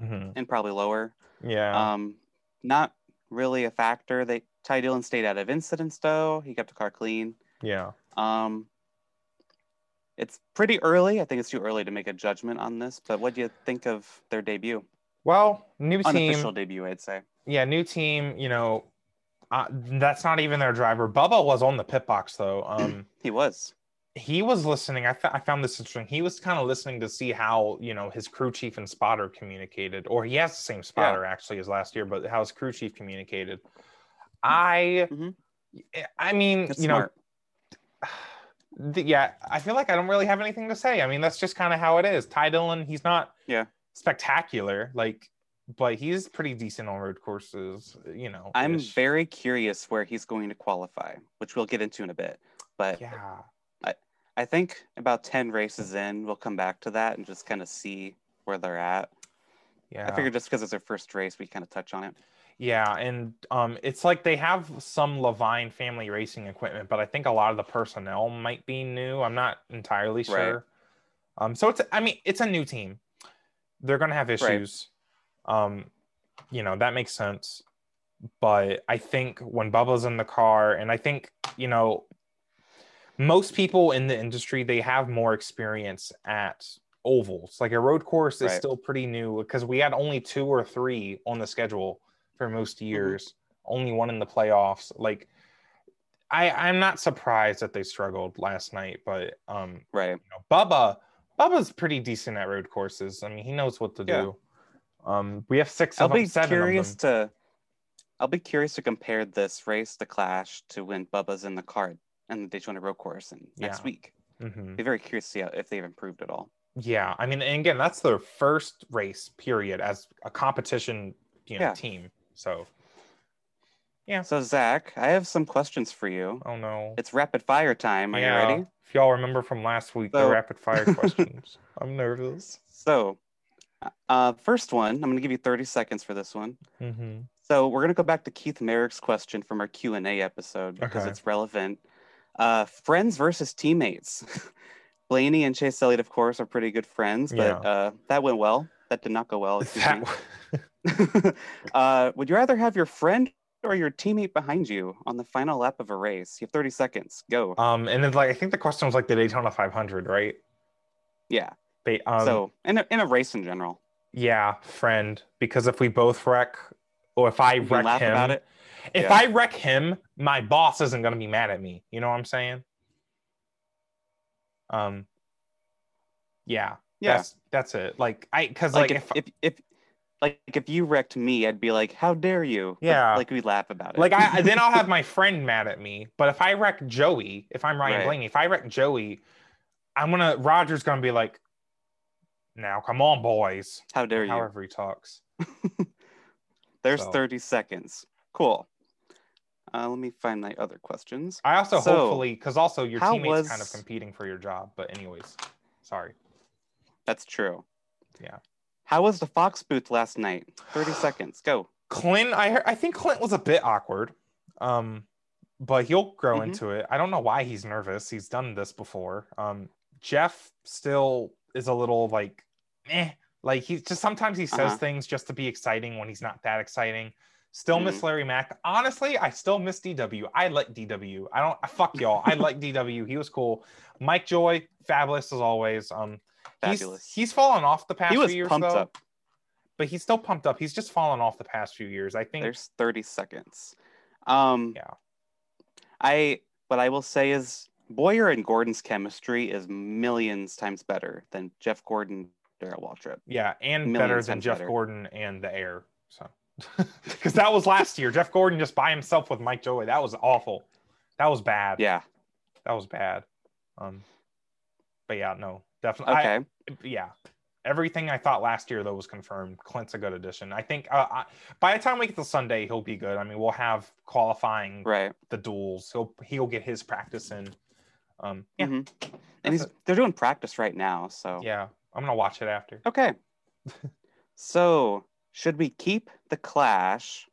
Mhm.
and probably lower.
Yeah,
Um, not really a factor. They Ty Dillon stayed out of incidents though. He kept the car clean.
yeah,
Um, it's pretty early. I think it's too early to make a judgment on this. But what do you think of their debut?
Well, new
Unofficial
team.
debut, I'd say.
Yeah, new team. You know, uh, that's not even their driver. Bubba was on the pit box though. Um,
He was.
he was listening. I, fo- I found this interesting. He was kind of listening to see how you know his crew chief and spotter communicated, or he has the same spotter actually as last year, but how his crew chief communicated. I, eh,
Mhm.
I mean,
Mm-hmm. That's
you know,
smart.
th- yeah, I feel like I don't really have anything to say. I mean, that's just kind of how it is. Ty Dillon, he's not
Yeah.
spectacular, like, but he's pretty decent on road courses. You know,
I'm
ish.
very curious where he's going to qualify, which we'll get into in a bit. But
yeah,
I think about 10 races in, we'll come back to that and just kind of see where they're at.
yeah.
I figure just because it's their first race, we kind of touch on it.
Yeah, and um, it's like they have some Levine family racing equipment, but I think a lot of the personnel might be new. I'm not entirely
Right.
sure. Um, so it's I mean it's a new team. They're gonna have issues. Um, you know that makes sense. But I think when Bubba's in the car, and I think you know most people in the industry they have more experience at ovals. Like a road course is
Right.
still pretty new because we had only two or three on the schedule for most
Mm-hmm.
years. Only one in the playoffs. Like I I'm not surprised that they struggled last night, but um
Right.
you know, Bubba Bubba's pretty decent at road courses. I mean, he knows what to
Yeah.
do. Um we have 6
I'll
of them,
be
seven
curious
of them.
to I'll be curious to compare this race to Clash to when Bubba's in the card and the Daytona Road Course and next
Yeah.
week.
Mhm.
Be very curious to see how, if they've improved at all.
Yeah, I mean, and again, that's their first race period as a competition, you know,
Yeah.
team. So,
So Zach, I have some questions for you.
oh no.
It's rapid fire time. Are you ready?
If y'all remember from last week, the
So-
rapid fire questions. I'm nervous.
So, uh, first one, I'm going to give you 30 seconds for this one.
hmm
So we're going to go back to Keith Merrick's question from our Q&A episode because
Okay.
it's relevant. Uh, friends versus teammates. Blaney and Chase Elliott, of course, are pretty good friends, but
Yeah.
uh, that went well. That did not go well. excuse
That,
me. uh, would you rather have your friend or your teammate behind you on the final lap of a race? You have 30 seconds. Go.
um, and then like I think the question was like the Daytona 500, right?
Yeah.
They, um,
so in a, in a race in general,
yeah, friend. Because if we both wreck, or if I
you can
wreck
laugh
him,
about it.
if
Yeah.
I wreck him, my boss isn't gonna be mad at me. You know what I'm saying? Um. Yeah.
Yeah.
That's that's it. Like I, because
Like,
like,
if, if, if, like if you wrecked me, I'd be like, "How dare you?" But,
Yeah.
like we laugh about it.
Like I then I'll have my friend mad at me. But if I wreck Joey, if I'm Ryan
Right.
Blaney, if I wreck Joey, I'm gonna Roger's gonna be like, now come on, boys.
How dare you?
However he talks.
There's
so.
30 seconds. Cool. Uh, let me find my other questions.
I also
So,
hopefully because also your
how
teammates kind of
was-
competing for your job. But anyways, sorry.
That's true.
Yeah.
How was the Fox booth last night? 30 seconds. Go.
Clint, I heard, I think Clint was a bit awkward, um, but he'll grow
Mhm.
into it. I don't know why he's nervous. He's done this before. Um, Jeff still is a little like, eh, like he's just sometimes he says
Uh-huh.
things just to be exciting when he's not that exciting. Still miss
Mhm.
Larry Mack. Honestly, I still miss DW. I like DW. I don't fuck y'all. I like DW. He was cool. Mike Joy, fabulous as always. Um,
Fabulous.
He's, he's fallen off the past
he was
few years
pumped
though,
up.
but he's still pumped up. He's just fallen off the past few years. I think
There's 30 seconds. Um,
Yeah.
I what I will say is Boyer and Gordon's chemistry is millions times better than Jeff Gordon Darrell Waltrip.
Yeah, and
Million
better than
times
Jeff
better.
Gordon and the air. So, because that was last year, Jeff Gordon just by himself with Mike Joey. That was awful. That was bad.
Yeah.
that was bad. Um, but yeah, no, definitely.
Okay.
yeah, everything I thought last year though was confirmed. Clint's a good addition. I think uh, I, by the time we get to Sunday, he'll be good. I mean, we'll have qualifying
right.
the duels. He'll he'll get his practice in. Um, yeah,
Mhm. And
That's
he's, they're doing practice right now. So
yeah. I'm gonna watch it after.
Okay. So, should we keep the clash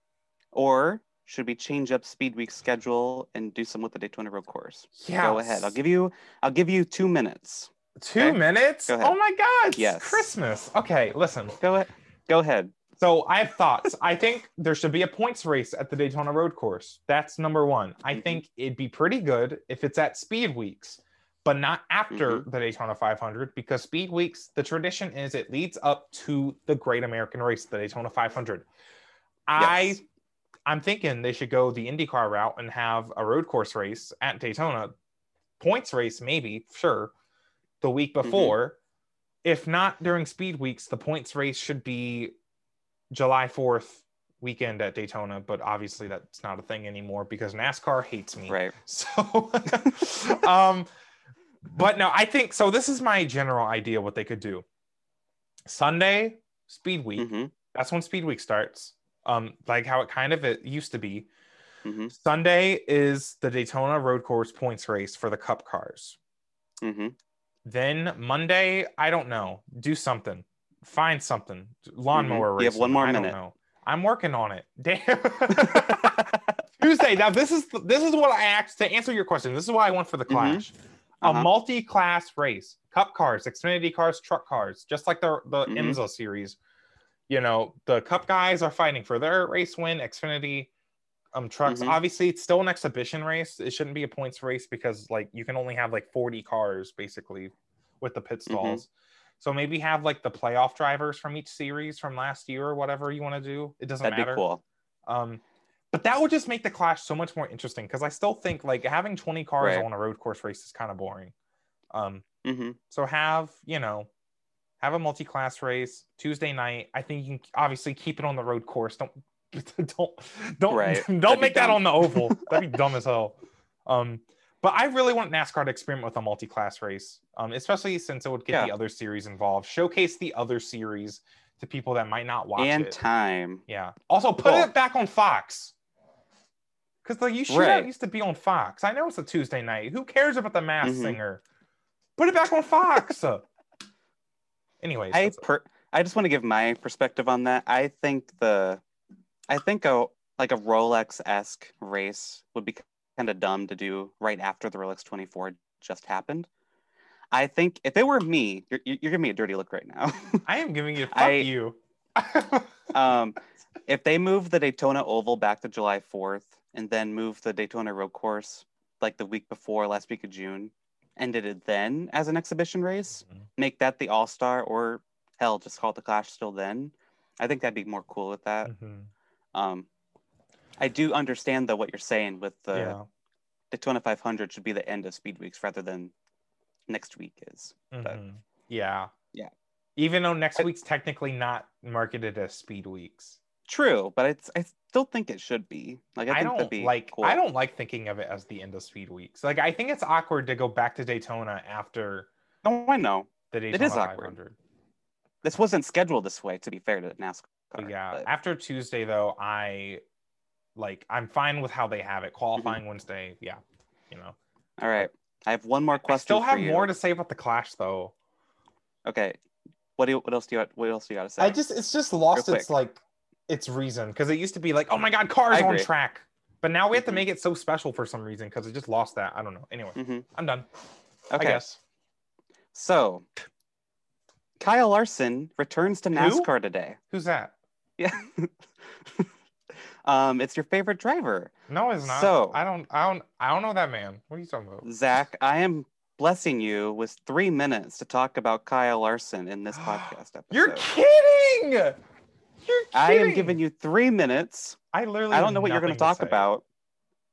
or should we change up speed week's schedule and do some with the Daytona road course?
Yeah.
Go ahead. I'll give you I'll give you 2 minutes.
two
okay,
minutes.
go ahead.
Oh my God! It's
Yes.
Christmas. Okay, listen.
Go ahead. Go ahead.
So I have thoughts. I think there should be a points race at the Daytona Road Course. That's number one. I
Mhm.
think it'd be pretty good if it's at Speed Weeks, but not after the Daytona 500 because Speed Weeks, the tradition is it leads up to the Great American Race, the Daytona 500. I
Yes.
I'm thinking they should go the IndyCar route and have a road course race at Daytona, points race maybe sure, the week before. If not during speed weeks, the points race should be July 4th weekend at Daytona, but obviously that's not a thing anymore because NASCAR hates me.
Right.
So, um, but no, I think so. This is my general idea what they could do. Sunday, speed week.
Mhm.
That's when speed week starts. Um, like how it kind of it used to be.
Mhm.
Sunday is the Daytona Road Course points race for the Cup cars.
Mhm.
Then Monday, I don't know. Do something. Find something. Lawnmower
Mhm.
race.
You have one more
I don't
minute.
know. I'm working on it. Damn. Tuesday. Now this is this is what I asked to answer your question. This is why I went for the
Mhm.
clash. A
Uh-huh.
multi-class race. Cup cars, Xfinity cars, truck cars, just like the the
Mhm.
IMSA series. You know, the cup guys are fighting for their race win. Xfinity um trucks.
Mhm.
Obviously, it's still an exhibition race. It shouldn't be a points race because like you can only have like 40 cars basically with the
Mm-hmm.
pit stalls. So maybe have like the playoff drivers from each series from last year or whatever you want to do. It doesn't
That'd
matter.
be cool.
Um, but that would just make the clash so much more interesting because I still think like having 20 cars
Right.
on a road course race is kind of boring. Um,
Mhm.
so have you know, have a multi-class race Tuesday night. I think you can obviously keep it on the road course. Don't don't don't
Right.
don't
That'd be
make that
dumb.
on the oval. That'd be dumb as hell. Um, but I really want NASCAR to experiment with a multi-class race, um, especially since it would get
Yeah.
the other series involved. Showcase the other series to people that might not watch
And
it.
time.
Yeah. Also, put
Cool.
it back on Fox. Because the you shootout
Right.
used to be on Fox. I know it's a Tuesday night. Who cares about the mass
Mhm.
singer? Put it back on Fox. Anyways,
I
that's-
per- I just want to give my perspective on that. I think the I think a like a Rolex esque race would be kind of dumb to do right after the Rolex 24 just happened. I think if it were me, you're, you're giving me a dirty look right now.
I am giving you fuck
I-
you.
um, if they move the Daytona Oval back to July 4th and then move the Daytona Road Course like the week before, last week of June, and did it then as an exhibition race, make that the All Star or hell, just call it the Clash still then. I think that'd be more cool with that.
Mhm.
Um, I do understand though what you're saying with the
yeah.
Daytona 500 should be the end of speed weeks rather than next week is. but-
Mhm. yeah.
Yeah.
Even though next
I-
week's technically not marketed as speed weeks.
True, but it's I still think it should be. Like I,
I,
think that'd
don't
be
like
cool.
I don't like thinking of it as the end of speed weeks. Like I think it's awkward to go back to Daytona after
No, I know.
the Daytona
is awkward.
500.
This wasn't scheduled this way to be fair to NASCAR.
But yeah.
but-
After Tuesday though, I like I'm fine with how they
Mm-hmm.
have it. Qualifying Wednesday, yeah. You know.
all right. I have one more
I
question.
still
for
have
you.
more to say about the clash though.
Okay. What do you, what else do you what else do you got to say?
I just it's just lost
Real
its like its reason because it used to be like, oh my god, cars
I
on
agree.
track. But now we have to
Mhm.
make it so special for some reason because it just lost that. I don't know. Anyway,
hmm
I'm done. I
Okay.
guess.
So, Kyle Larson returns to NASCAR today.
Who's that?
Yeah. um, it's your favorite driver,
No, it's not.
So-
I don't I don't I don't know that man. What are you talking about?
Zach. I am blessing you with three minutes to talk about Kyle Larson in this podcast episode.
You're kidding. You're kidding.
I am giving you three minutes.
I literally
I
have
don't know what you're going
nothing
to talk
say.
about.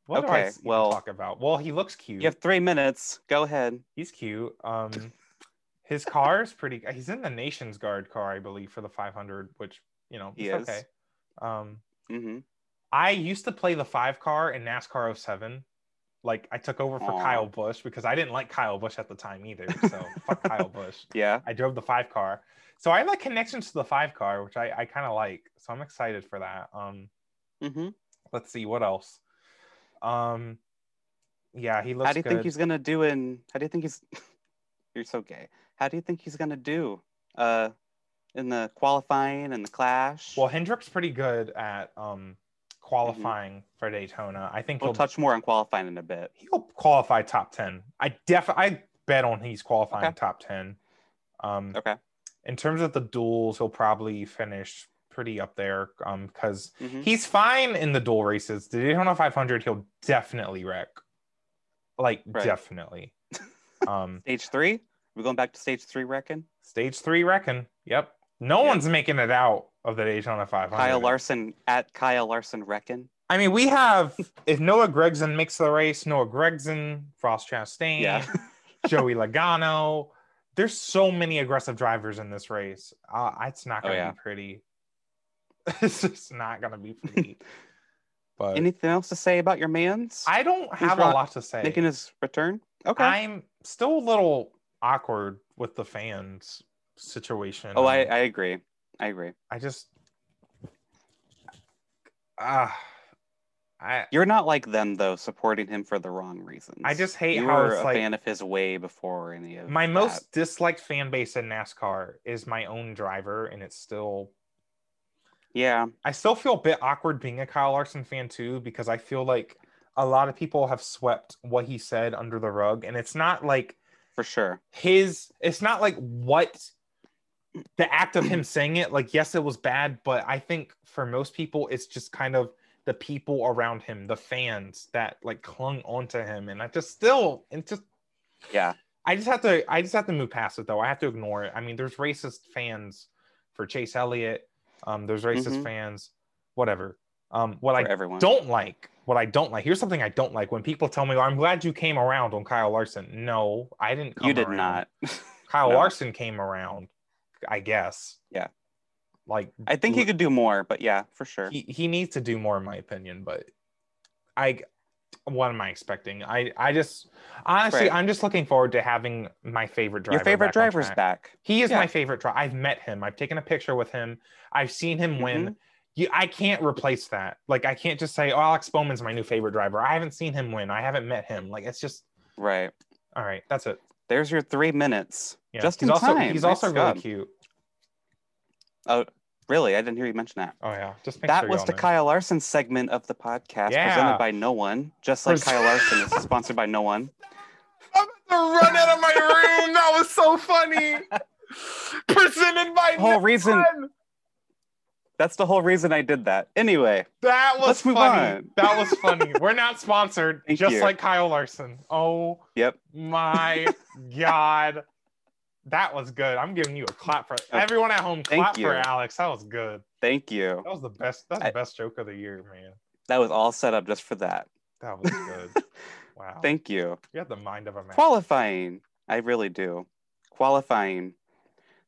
What do I
Okay,
s- even
well-
talk about? Well, he looks cute.
You have three minutes. Go ahead.
He's cute. Um, his car is pretty. He's in the Nation's Guard car, I believe, for the 500, which you know,
He
it's
is.
okay. Um,
hmm
I used to play the five car in NASCAR 07. Like I took over for
Aw.
Kyle Busch because I didn't like Kyle Busch at the time either. So fuck Kyle Busch.
Yeah.
I drove the five car, so I have like connections to the five car, which I I kind of like. So I'm excited for that. Um,
hmm
let's see what else. Um, yeah, he looks.
How do you
good.
think he's going to do in? How do you think he's? you're so gay. How do you think he's going to do? Uh, in the qualifying and the clash.
Well, Hendrick's pretty good at um, qualifying for Daytona. I think
Mm-hmm. we'll
he'll
touch more on qualifying in a bit.
he'll qualify top ten. I def I bet on he's qualifying
Okay.
top ten. Um,
Okay.
In terms of the duels, he'll probably finish pretty up there because
Mhm.
he's fine in the dual races. The Daytona 500, he'll definitely wreck, like
Right.
definitely. um,
Stage three. We're going back to stage three, reckon.
stage three wrecking. Yep. No
Yeah.
one's making it out of the Daytona 500.
Kyle Larson at Kyle Larson, reckon.
I mean, we have if Noah Gregson makes the race, Noah Gregson, Ross Chastain,
Yeah.
Joey Logano. There's so many aggressive drivers in this race. Uh, it's not
Oh,
gonna
yeah.
be pretty. it's just not gonna be pretty. but
Anything else to say about your man's
I don't have a
wrong-
lot to say.
making his return? Okay.
I'm still a little awkward with the fans situation.
oh, I,
and
I agree. I agree.
I just ah, I
You're not like them though, supporting him for the wrong reasons.
I just hate
you
how
were
it's
a
like-
fan of his way before any of
my
that.
most disliked fan base in NASCAR is my own driver, and it's still
yeah.
I still feel a bit awkward being a Kyle Larson fan too because I feel like a lot of people have swept what he said under the rug, and it's not like
for sure.
his it's not like what the act of him saying it like yes it was bad but i think for most people it's just kind of the people around him the fans that like clung onto him and i just still and just
Yeah.
I just have to I just have to move past it though. I have to ignore it. I mean, there's racist fans for Chase Elliott. Um, there's racist
Mhm. fans,
whatever. Um, what
For
I
everyone.
don't like, what I don't like. Here's something I don't like when people tell me, "I'm glad you came around on Kyle Larson." No, I didn't. Come
you did
around.
not.
Kyle
No.
Larson came around, I guess.
Yeah.
Like
I think he could do more, but yeah, for sure.
he, he needs to do more in my opinion but i what am i expecting i i just honestly
Right.
i'm just looking forward to having my favorite driver
Your favorite
back on
driver's
track.
back.
he is
Yeah.
my favorite driver i've met him i've taken a picture with him i've seen him
Mm-hmm.
win you, i can't replace that like i can't just say oh alex bowman's my new favorite driver i haven't seen him win i haven't met him like it's just
Right.
all right that's it
There's your three minutes.
yeah.
Just
he's
in
also
time.
he's
Nice
also really
job.
cute
Oh, Really, I didn't hear you mention that.
oh yeah just make
that
sure
was
y'all
the
know.
Kyle Larson segment of the podcast
Yeah.
presented by no one, just like
Pres-
Kyle Larson is sponsored by no one.
I'm about to run out of my room. That was so funny. Presented by
The whole
no
reason
one.
that's the whole reason I did that. Anyway,
That was
Let's move
funny.
on.
That was funny. We're not sponsored,
Thank
just
you.
like Kyle Larson. Oh
yep.
my god, that was good. I'm giving you a clap for everyone at home.
Uh, Thank
Clap
you.
for Alex. That was good.
Thank you.
That was the best. That's the
I-
best joke of the year, man.
That was all set up just for that.
That was good. Wow.
Thank you.
you had the mind of a man.
Qualifying. I really do. Qualifying.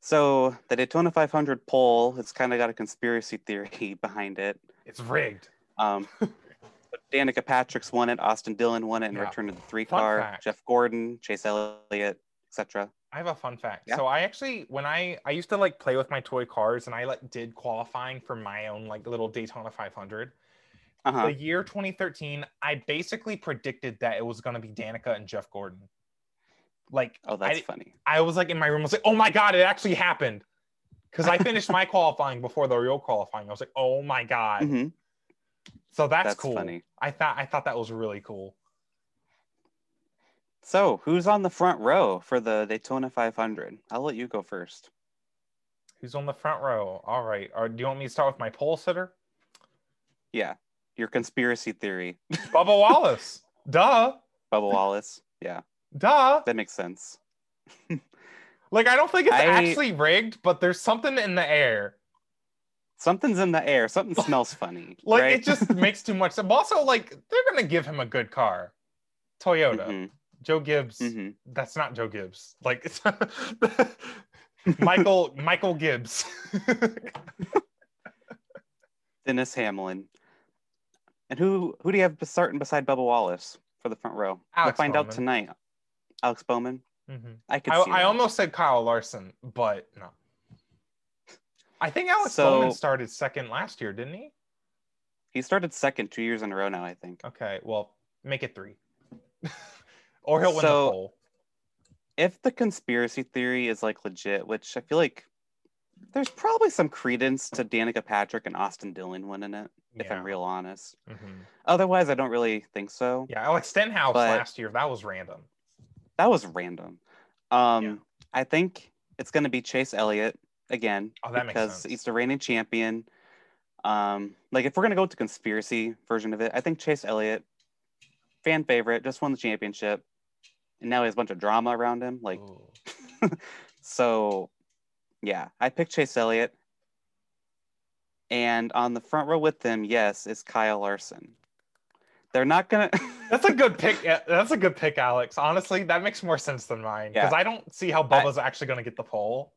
So the Daytona 500 poll, it's kind of got a conspiracy theory behind it.
It's rigged.
Um, Danica Patrick's won it. Austin Dillon won it and
Yeah.
returned to the three
Fun
car.
fact.
Jeff Gordon, Chase Elliott, etc.
I have a fun fact.
Yeah.
So I actually, when I I used to like play with my toy cars, and I like did qualifying for my own like little Daytona 500.
Uh huh.
The year 2013, I basically predicted that it was going to be Danica and Jeff Gordon. Like,
Oh, that's
I,
funny.
I was like in my room, I was like, oh my god, it actually happened, because I finished my qualifying before the real qualifying. I was like, oh my god.
hmm
So that's,
That's
cool.
funny.
I thought I thought that was really cool.
So, who's on the front row for the Daytona 500? I'll let you go first.
Who's on the front row? All right. Or do you want me to start with my pole sitter?
Yeah, your conspiracy theory,
Bubba Wallace. Duh.
Bubba Wallace. Yeah,
Duh.
that makes sense.
Like I don't think it's
I-
actually rigged, but there's something in the air.
Something's in the air. Something smells funny.
Like
right?
it just makes too much sense. But also, like they're gonna give him a good car, Toyota.
Mhm,
Joe Gibbs.
mhm.
That's not Joe Gibbs. Like it's Michael Michael Gibbs.
Dennis Hamlin. And who who do you have bes- starting beside Bubba Wallace for the front row? we'll
Alex
find out
Bowman.
tonight. Alex Bowman.
Mhm.
I could
I,
see.
I
that.
almost said Kyle Larson, but no. I think Alex
So-
Bowman started second last year, didn't he?
He started second two years in a row now. I think.
Okay, well, make it three, or he'll win
So-
the pole.
If the conspiracy theory is like legit, which I feel like There's probably some credence to Danica Patrick and Austin Dillon winning it, if I'm real honest.
Mhm.
Otherwise, I don't really think so.
Yeah, Alex Stenhouse
But-
last year, that was random.
That was random. Um,
Yeah.
I think it's going to be Chase Elliott again
Oh, that makes
because
sense.
he's the reigning champion. Um, like if we're going to go with the conspiracy version of it, I think Chase Elliott, fan favorite, just won the championship, and now he has a bunch of drama around him. Like,
Ooh.
so yeah, I picked Chase Elliott. And on the front row with them, yes, is Kyle Larson. They're not gonna.
That's a good pick. yeah, That's a good pick, Alex. Honestly, that makes more sense than mine because
Yeah.
I don't see how Bubba's actually going to get the pole.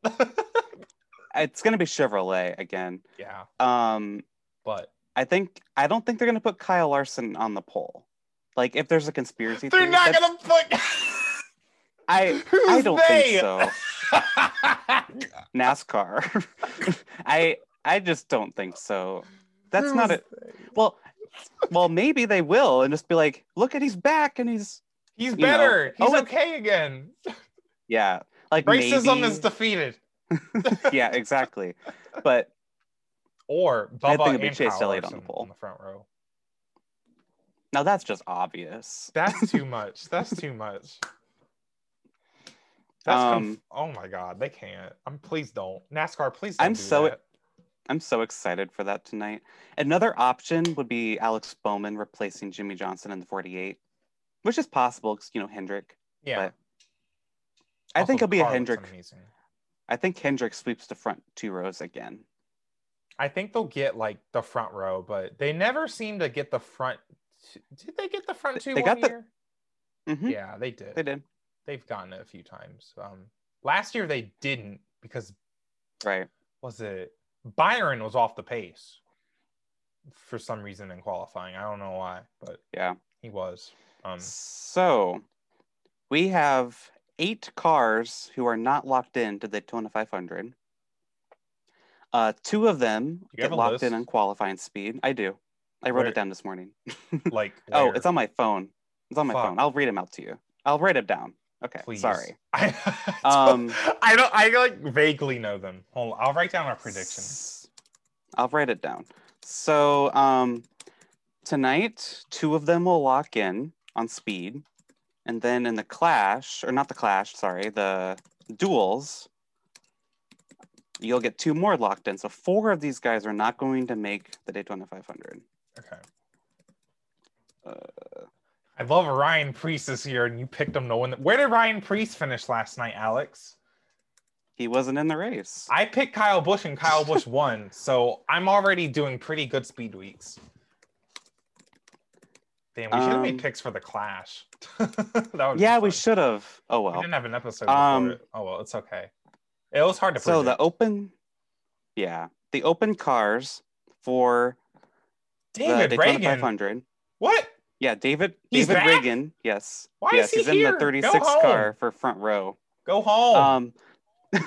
it's gonna be Chevrolet again.
yeah,
Um,
but
I think I don't think they're gonna put Kyle Larson on the poll. Like if there's a conspiracy,
they're
theory,
not
E. that's-
going to put.
I
Who's
I don't
they?
think so. NASCAR. I I just don't think so. That's not
Who's
it. Well, well maybe they will and just be like, look at he's back and he's
He's
you know,
better.
oh,
He's
it's-
okay again.
yeah like
Racism
maybe-
is defeated.
yeah exactly. But
Or
I think
Bubba
it'd be
and
Chase
Kyle
Elliott on the
Larson
pole.
on the front row.
now that's just obvious.
That's too much. That's too much. That's conf-
Um,
oh my god, they can't. I'm please don't. NASCAR, please don't
I'm
do
so-
that.
I'm so excited for that tonight. Another option would be Alex Bowman replacing Jimmy Johnson in the 48, which is possible because you know Hendrick.
Yeah.
but I think
Also,
it'll be a
Carr looks
Hendrick.
amazing.
I think Hendrick sweeps the front two rows again.
I think they'll get like the front row, but they never seem to get the front. Two. Did they get the front two
They
one
got the-
year?
Mhm.
Yeah, they did.
They did
They've gotten it a few times. Um, last year they didn't because
right.
was it Byron was off the pace for some reason in qualifying. I don't know why, but
Yeah.
he was. Um,
So we have eight cars who are not locked in to the Daytona 500. Uh, two of them
You have
get
a
locked in
list?
on qualifying speed. I do. I wrote
Where-
it down this morning.
like
Oh,
where?
it's on my phone. It's on my
Fuck.
phone. I'll read them out to you. I'll write them down. Okay, sorry.
I,
Um,
I don't. I like vaguely know them. Hold. On, I'll write down our prediction.
S- I'll write it down. So um, tonight, two of them will lock in on speed, and then in the clash, or not the clash, sorry, the duels, you'll get two more locked in. So four of these guys are not going to make the Daytona 500.
Okay.
Uh,
I love Ryan Priest this year, and you picked him to win. The- Where did Ryan Priest finish last night, Alex?
He wasn't in the race.
I picked Kyle Bush, and Kyle Bush won, so I'm already doing pretty good speed weeks. Damn, we should have
Um,
made picks for the clash. that would
yeah,
we
we should have. Oh
We
well.
didn't have an episode.
Um,
before it. oh well, it's okay. It was hard to
so
predict.
the open yeah the open cars for
David
the Daytona
Reagan.
500
What?
yeah david
He's
david
back?
reagan yes
Why
yes
is he
he's
here?
in
Go
the 36
home. Oh.
car for front row
Go home.
um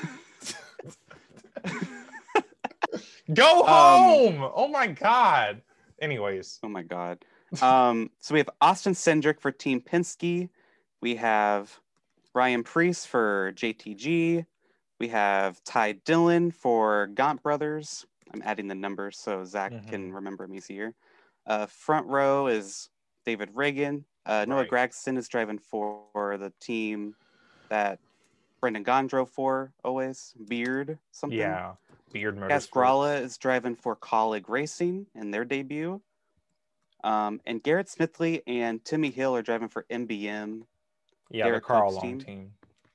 Go
um,
home. oh my god. Anyways,
oh my god um so we have austin cendric for team penske we have ryan priest for jtg we have ty dillon for gaunt brothers i'm adding the numbers so zach can remember them easier uh front row is david reagan uh, noah
Right.
gregson is driving for the team that brendan gondro for always beard something
yeah. Beard murder.
Gasparilla is driving for Colleague Racing in their debut. Um, and Garrett Smithley and Timmy Hill are driving for MBM.
Yeah,
Derek
the Carl
Cope's
Long team.
team.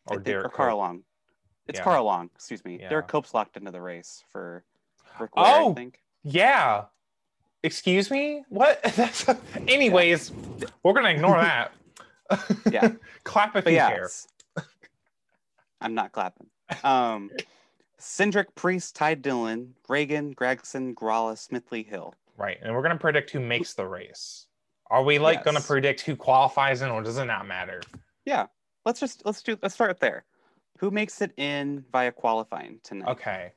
I
Or
think-
Oh, Derek
or Carl
Cope.
Long. It's
Yeah.
Carl Long, excuse me.
Yeah.
Derek Cope's locked into the race for Rick Ware,
Oh!
I think.
Yeah. Excuse me? What? That's- Anyways, we're gonna ignore that.
Yeah.
Clap if
But
you
yeah.
care.
it's- I'm not clapping. Um, Cindric Priest, Ty Dillon, Reagan, Gregson, Gralla, Smithley, Hill.
Right. And we're gonna predict who makes the race. Are we like gonna
Yes.
predict who qualifies in or does it not matter?
Let's just let's do let's start there. Who makes it in via qualifying tonight?
Okay.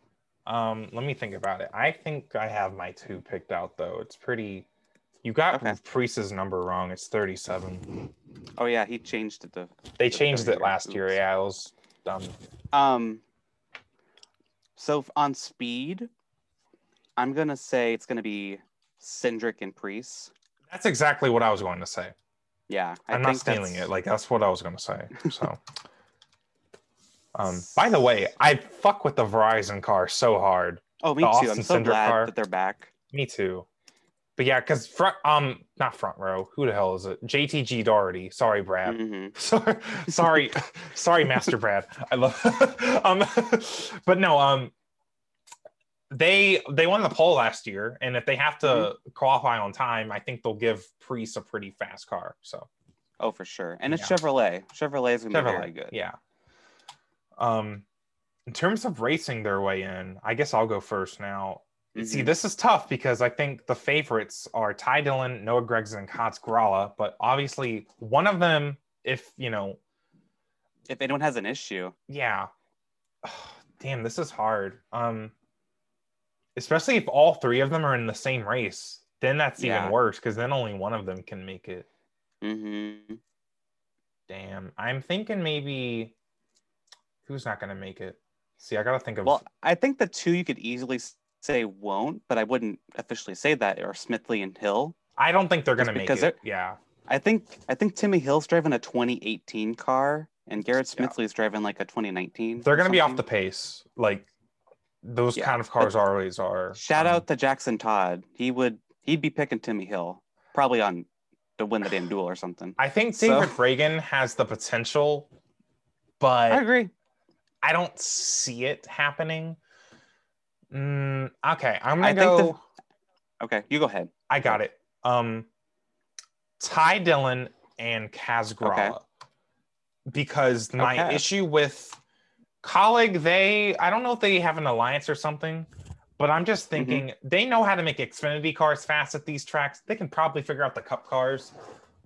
Um, let me think about it. I think I have my two picked out though. It's pretty you got
Okay.
Priest's number wrong. It's 37.
Oh yeah, he changed it to
They
The
changed
30
it last year.
oops.
Yeah, it was um
Um, So f- on speed, I'm gonna say it's gonna be Cindric and Priest.
That's exactly what I was going to say.
Yeah,
I am not stealing
that's-
it. Like that's what I was gonna say. So, um, by the way, I fuck with the Verizon car so hard.
oh, me
the
too. I'm
Austin
so
Cindric
glad
car.
that they're back.
Me too. But yeah, because front, um, not front row. Who the hell is it? JTG Doherty. Sorry, Brad.
Mhm.
sorry sorry sorry master brad i love um but no um they they won the poll last year and if they have to qualify on time i think they'll give priest a pretty fast car so
Oh, for sure. And it's
Yeah.
Chevrolet. Chevrolet is gonna be very
Chevrolet,
good.
yeah um in terms of racing their way in i guess i'll go first now see
Mhm.
this is tough because i think the favorites are ty dillon noah gregson and Kotz Gralla, but obviously one of them if you know
Mm-hmm. If anyone has an issue,
yeah damn this is hard um especially if all three of them are in the same race then that's
Yeah.
even worse because then only one of them can make it
hmm
damn i'm thinking maybe who's not gonna make it see i gotta think of
well, I think the two you could easily s- say won't, but I wouldn't officially say that are Smithley and Hill.
i don't think they're gonna
just
make
because
it yeah
I think I think Timmy Hill's driving a 2018 car, and Garrett
Yeah.
Smithley's driving like a 2019.
they're
or
gonna be off the
something.
pace like those
Yeah,
kind of
but-
cars always are
Shout
Um,
out to Jackson Todd. He would he'd be picking Timmy Hill probably on to win the damn duel or something.
i think
So-
david reagan has the potential but
I agree.
I don't see it happening. Mm, okay, I'm gonna
I think
go.
the- Okay, you go ahead.
I got it. Um, Ty Dillon and Kaz Gralla. Because my
Okay.
issue with colleague, they I don't know if they have an alliance or something, but I'm
Mm-hmm.
just thinking they know how to make Xfinity cars fast at these tracks. They can probably figure out the Cup cars.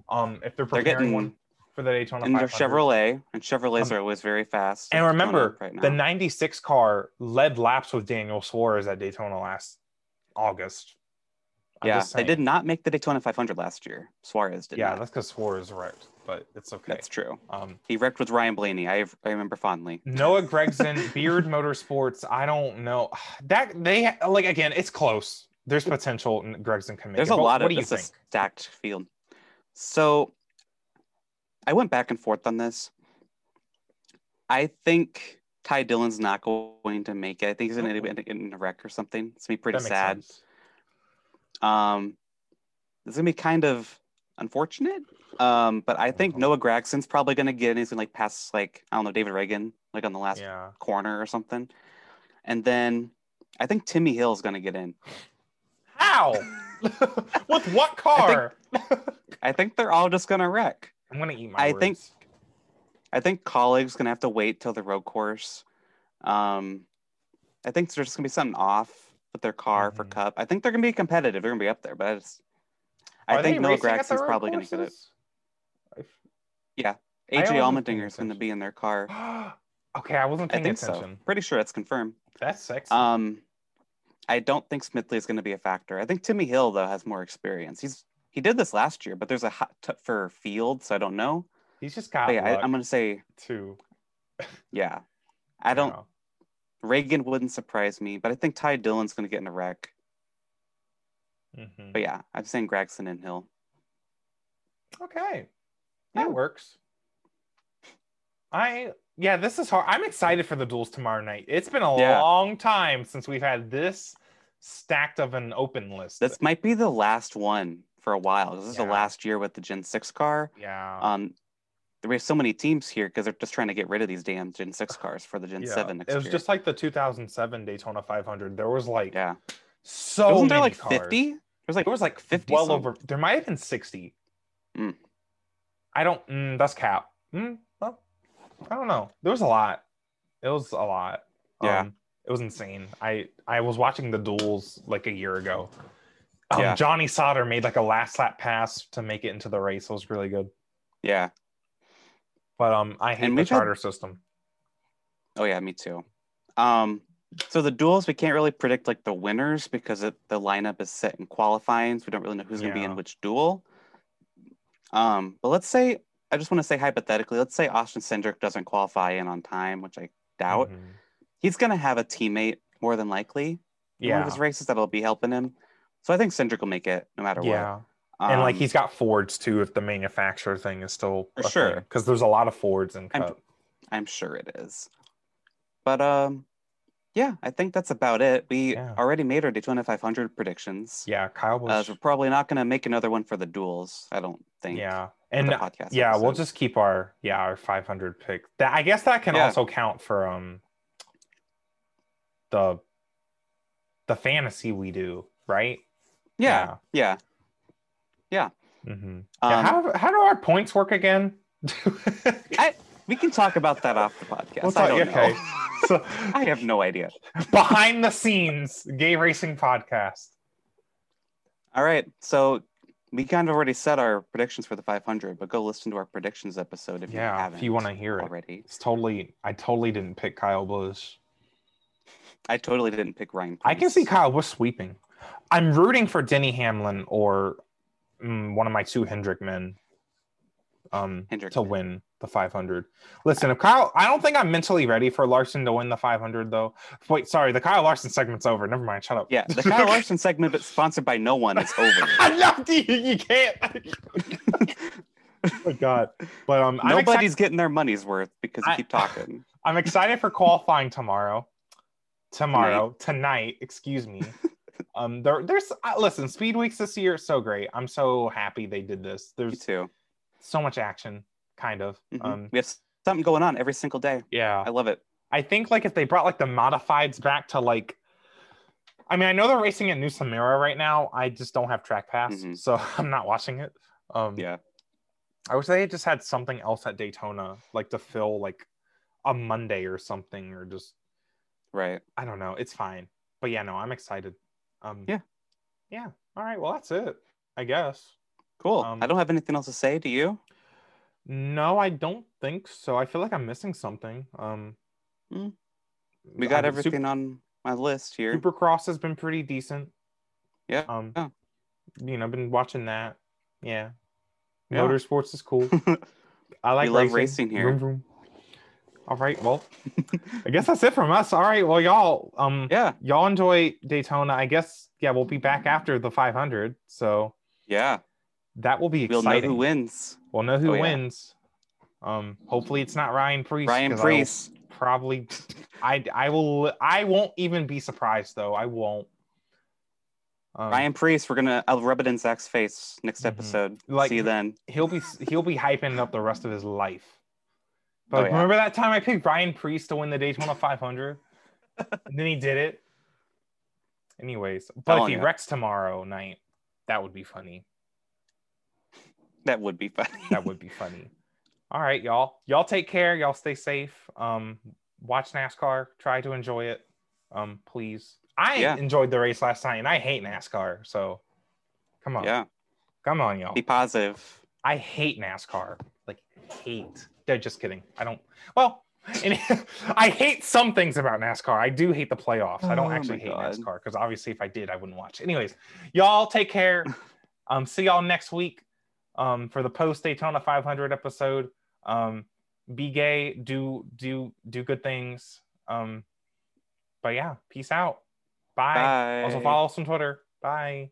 Um, if they're
They're
preparing
getting
one for the Daytona
and they're
500.
Chevrolet, and Chevrolets
Um,
are always very fast.
And
at Daytona
remember,
right now.
the 96 car led laps with Daniel Suarez at Daytona last August. I'm
yeah,
just
they
saying.
did not make the Daytona 500 last year. Suarez did.
Yeah,
not.
that's because Suarez wrecked, but it's okay.
that's true.
Um,
He wrecked with Ryan Blaney. I I remember fondly.
Noah Gregson, Beard Motorsports. I don't know that they like again. It's close. There's potential and Gregson can make.
There's
it,
a
but
lot
What
of
do you
it's a
think?
stacked field. So I went back and forth on this. I think Ty Dillon's not going to make it. I think he's going to end up in- in a wreck or something. It's going to be pretty
Mm-hmm. That makes
sad.
sense.
Um, it's going to be kind of unfortunate. Um, but I think
Mhm.
Noah Gregson's probably going to get in. He's going to like pass like I don't know David Reagan like on the last
Yeah,
corner or something. And then I think Timmy Hill's going to get in.
how? with what car?
I think they're all just going to wreck.
I'm gonna eat my.
I think-
words.
I think colleagues gonna have to wait till the road course. Um, I think there's just gonna be something off with their car for
Mhm.
Cup. I think they're gonna be competitive. They're gonna be up there, but I just, I
Are
think
they
Noah
racing at the
Gregson's
road
probably gonna get it.
courses? I
AJ
wasn't paying
Allmendinger's gonna be in their car.
okay, I wasn't
I
paying
think so.
attention.
Pretty sure that's confirmed.
That's sexy.
Um, I don't think Smithley is gonna be a factor. I think Timmy Hill though has more experience. He's he did this last year, but there's a hot t- for field, so I don't know.
He's just got
But yeah, I,
luck
I'm gonna say
too.
yeah. I
you
don't
know.
Reagan wouldn't surprise me, but I think Ty Dillon's going to get in a wreck.
Mhm.
But yeah, I'm saying Gregson and Hill.
Okay, that
Yeah.
works. I yeah, this is hard. I'm excited for the duels tomorrow night. It's been a
Yeah.
long time since we've had this stacked of an open list.
This might be the last one for a while. 'cause This is
Yeah.
the last year with the Gen 6 car.
yeah,
Um, we have so many teams here because they're just trying to get rid of these damn Gen 6 cars for the Gen
yeah.
7 next
It was
year.
just like the 2007 Daytona 500. There was like
yeah.
so
Wasn't there
many
like
cars.
50? There's like
There was like
50
well
some.
over. There might have been 60.
Mm.
I don't. Mm, that's cap. Mm, well, I don't know. There was a lot. It was a lot.
Yeah.
Um, it was insane. I I was watching the duels like a year ago. Um,
Yeah.
Johnny Sauter made like a last lap pass to make it into the race. It was really good.
Yeah.
But um, I hate
And
the
we've had-
charter system.
Oh yeah, me too. Um, so the duels we can't really predict like the winners because it, the lineup is set in qualifying, so we don't really know who's going to be
Yeah.
in which duel. Um, but let's say I just want to say hypothetically, let's say Austin Cindric doesn't qualify in on time, which I doubt.
Mhm.
he's going to have a teammate more than likely. in One
Yeah.
of his races that'll be helping him. So I think Cindric will make it no matter
Yeah.
what.
and like
Um,
he's got Fords too, if the manufacturer thing is still
For sure.
because there's a lot of Fords in
I'm-
Cup.
I'm sure it is. But um, yeah, I think that's about it. We
Yeah.
already made our Daytona 500 predictions.
Yeah, Kyle
Uh,
Busch.
so we're probably not going to make another one for the duels. I don't think.
yeah,
for
and
the podcast.
yeah, we'll
episode.
just keep our yeah our 500 pick. That I guess that can
Yeah.
also count for um the the fantasy we do, right?
yeah, yeah.
Yeah. Mhm.
Um,
Yeah, how do- how do our points work again?
we can talk about that off the podcast.
We'll
I
talk-
don't
okay.
know.
so
I have no idea.
behind the scenes, gay racing podcast.
All right, so we kind of already said our predictions for the 500, but go listen to our predictions episode if you
Yeah,
haven't.
if you want to hear it.
already,
It's totally. I totally didn't pick Kyle Busch.
I totally didn't pick Ryan.
I can
Priest.
see Kyle Busch sweeping. I'm rooting for Denny Hamlin or mm, one of my two Hendrick men um,
Hendrick
to
men.
win the 500. Listen, if Kyle, I don't think I'm mentally ready for Larson to win the 500 though. Wait, sorry, the Kyle Larson segment's over. Never mind. Shut up.
Yeah, the Kyle Larson segment, but sponsored by no one, is over.
No, you, you can't. oh God! But um, I'm excited-
Nobody's getting their money's worth because you
I-
keep talking.
I'm excited for qualifying tomorrow. Tomorrow, tonight, excuse me. um, there, there's uh, listen, speed weeks this year are so great. I'm so happy they did this.
You
There's
too.
so much action, kind of.
Mhm.
Um,
we have something going on every single day.
yeah,
I love it.
I think like if they brought like the modifieds back to like, I mean, I know they're racing at New Samara right now. I just don't have track pass,
Mhm.
so I'm not watching it. Um,
Yeah.
I wish they had just had something else at Daytona, like to fill like a Monday or something, or just
Right.
I don't know. It's fine. But yeah, no, I'm excited. Um
Yeah.
Yeah. All right. Well, that's it. I guess.
Cool.
Um,
I don't have anything else to say. Do you?
No, I don't think so. I feel like I'm missing something. Um
Mm. We got
I-
everything on my list here.
Super, Supercross has been pretty decent.
Yeah.
Um
Yeah.
you know, been watching that. Yeah.
Yeah.
Motorsports is cool. I like
love
racing.
racing here.
Vroom, vroom. All right. Well, I guess that's it from us. All right. Well, y'all, um
yeah.
y'all enjoy Daytona. I guess yeah, we'll be back after the 500. So
Yeah.
that will be
We'll
exciting.
know who wins.
We'll know who
Oh, yeah.
wins. Um, hopefully it's not Ryan Priest.
Ryan
'cause I will
Priest.
Probably. I I will. I won't even be surprised though. I won't. Um,
Ryan Priest. We're gonna. I'll rub it in Zach's face next
Mhm.
episode.
Like-
See you then.
He'll be he'll be hyping up the rest of his life. But
Oh,
like,
yeah.
remember that time I picked Ryan Priest to win the Daytona 500, and then he did it. Anyways, but if
Telling
he
ya.
wrecks tomorrow night, that would be funny.
That would be funny.
that would be funny. All right, y'all. Y'all take care. Y'all stay safe. Um, watch NASCAR. Try to enjoy it. Um, please. I
Yeah.
enjoyed the race last night, and I hate NASCAR. So, come on,
yeah.
come on, y'all.
Be positive.
I hate NASCAR. Like hate. No, just kidding. I don't. Well, any- I hate some things about NASCAR. I do hate the playoffs. I
Oh
don't
my
actually hate
God.
NASCAR because obviously, if I did, I wouldn't watch. Anyways, y'all take care. Um, see y'all next week um, for the post Daytona 500 episode. Um, be gay. Do do do good things. Um, but yeah, peace out. Bye.
Bye.
Also follow us on Twitter. Bye.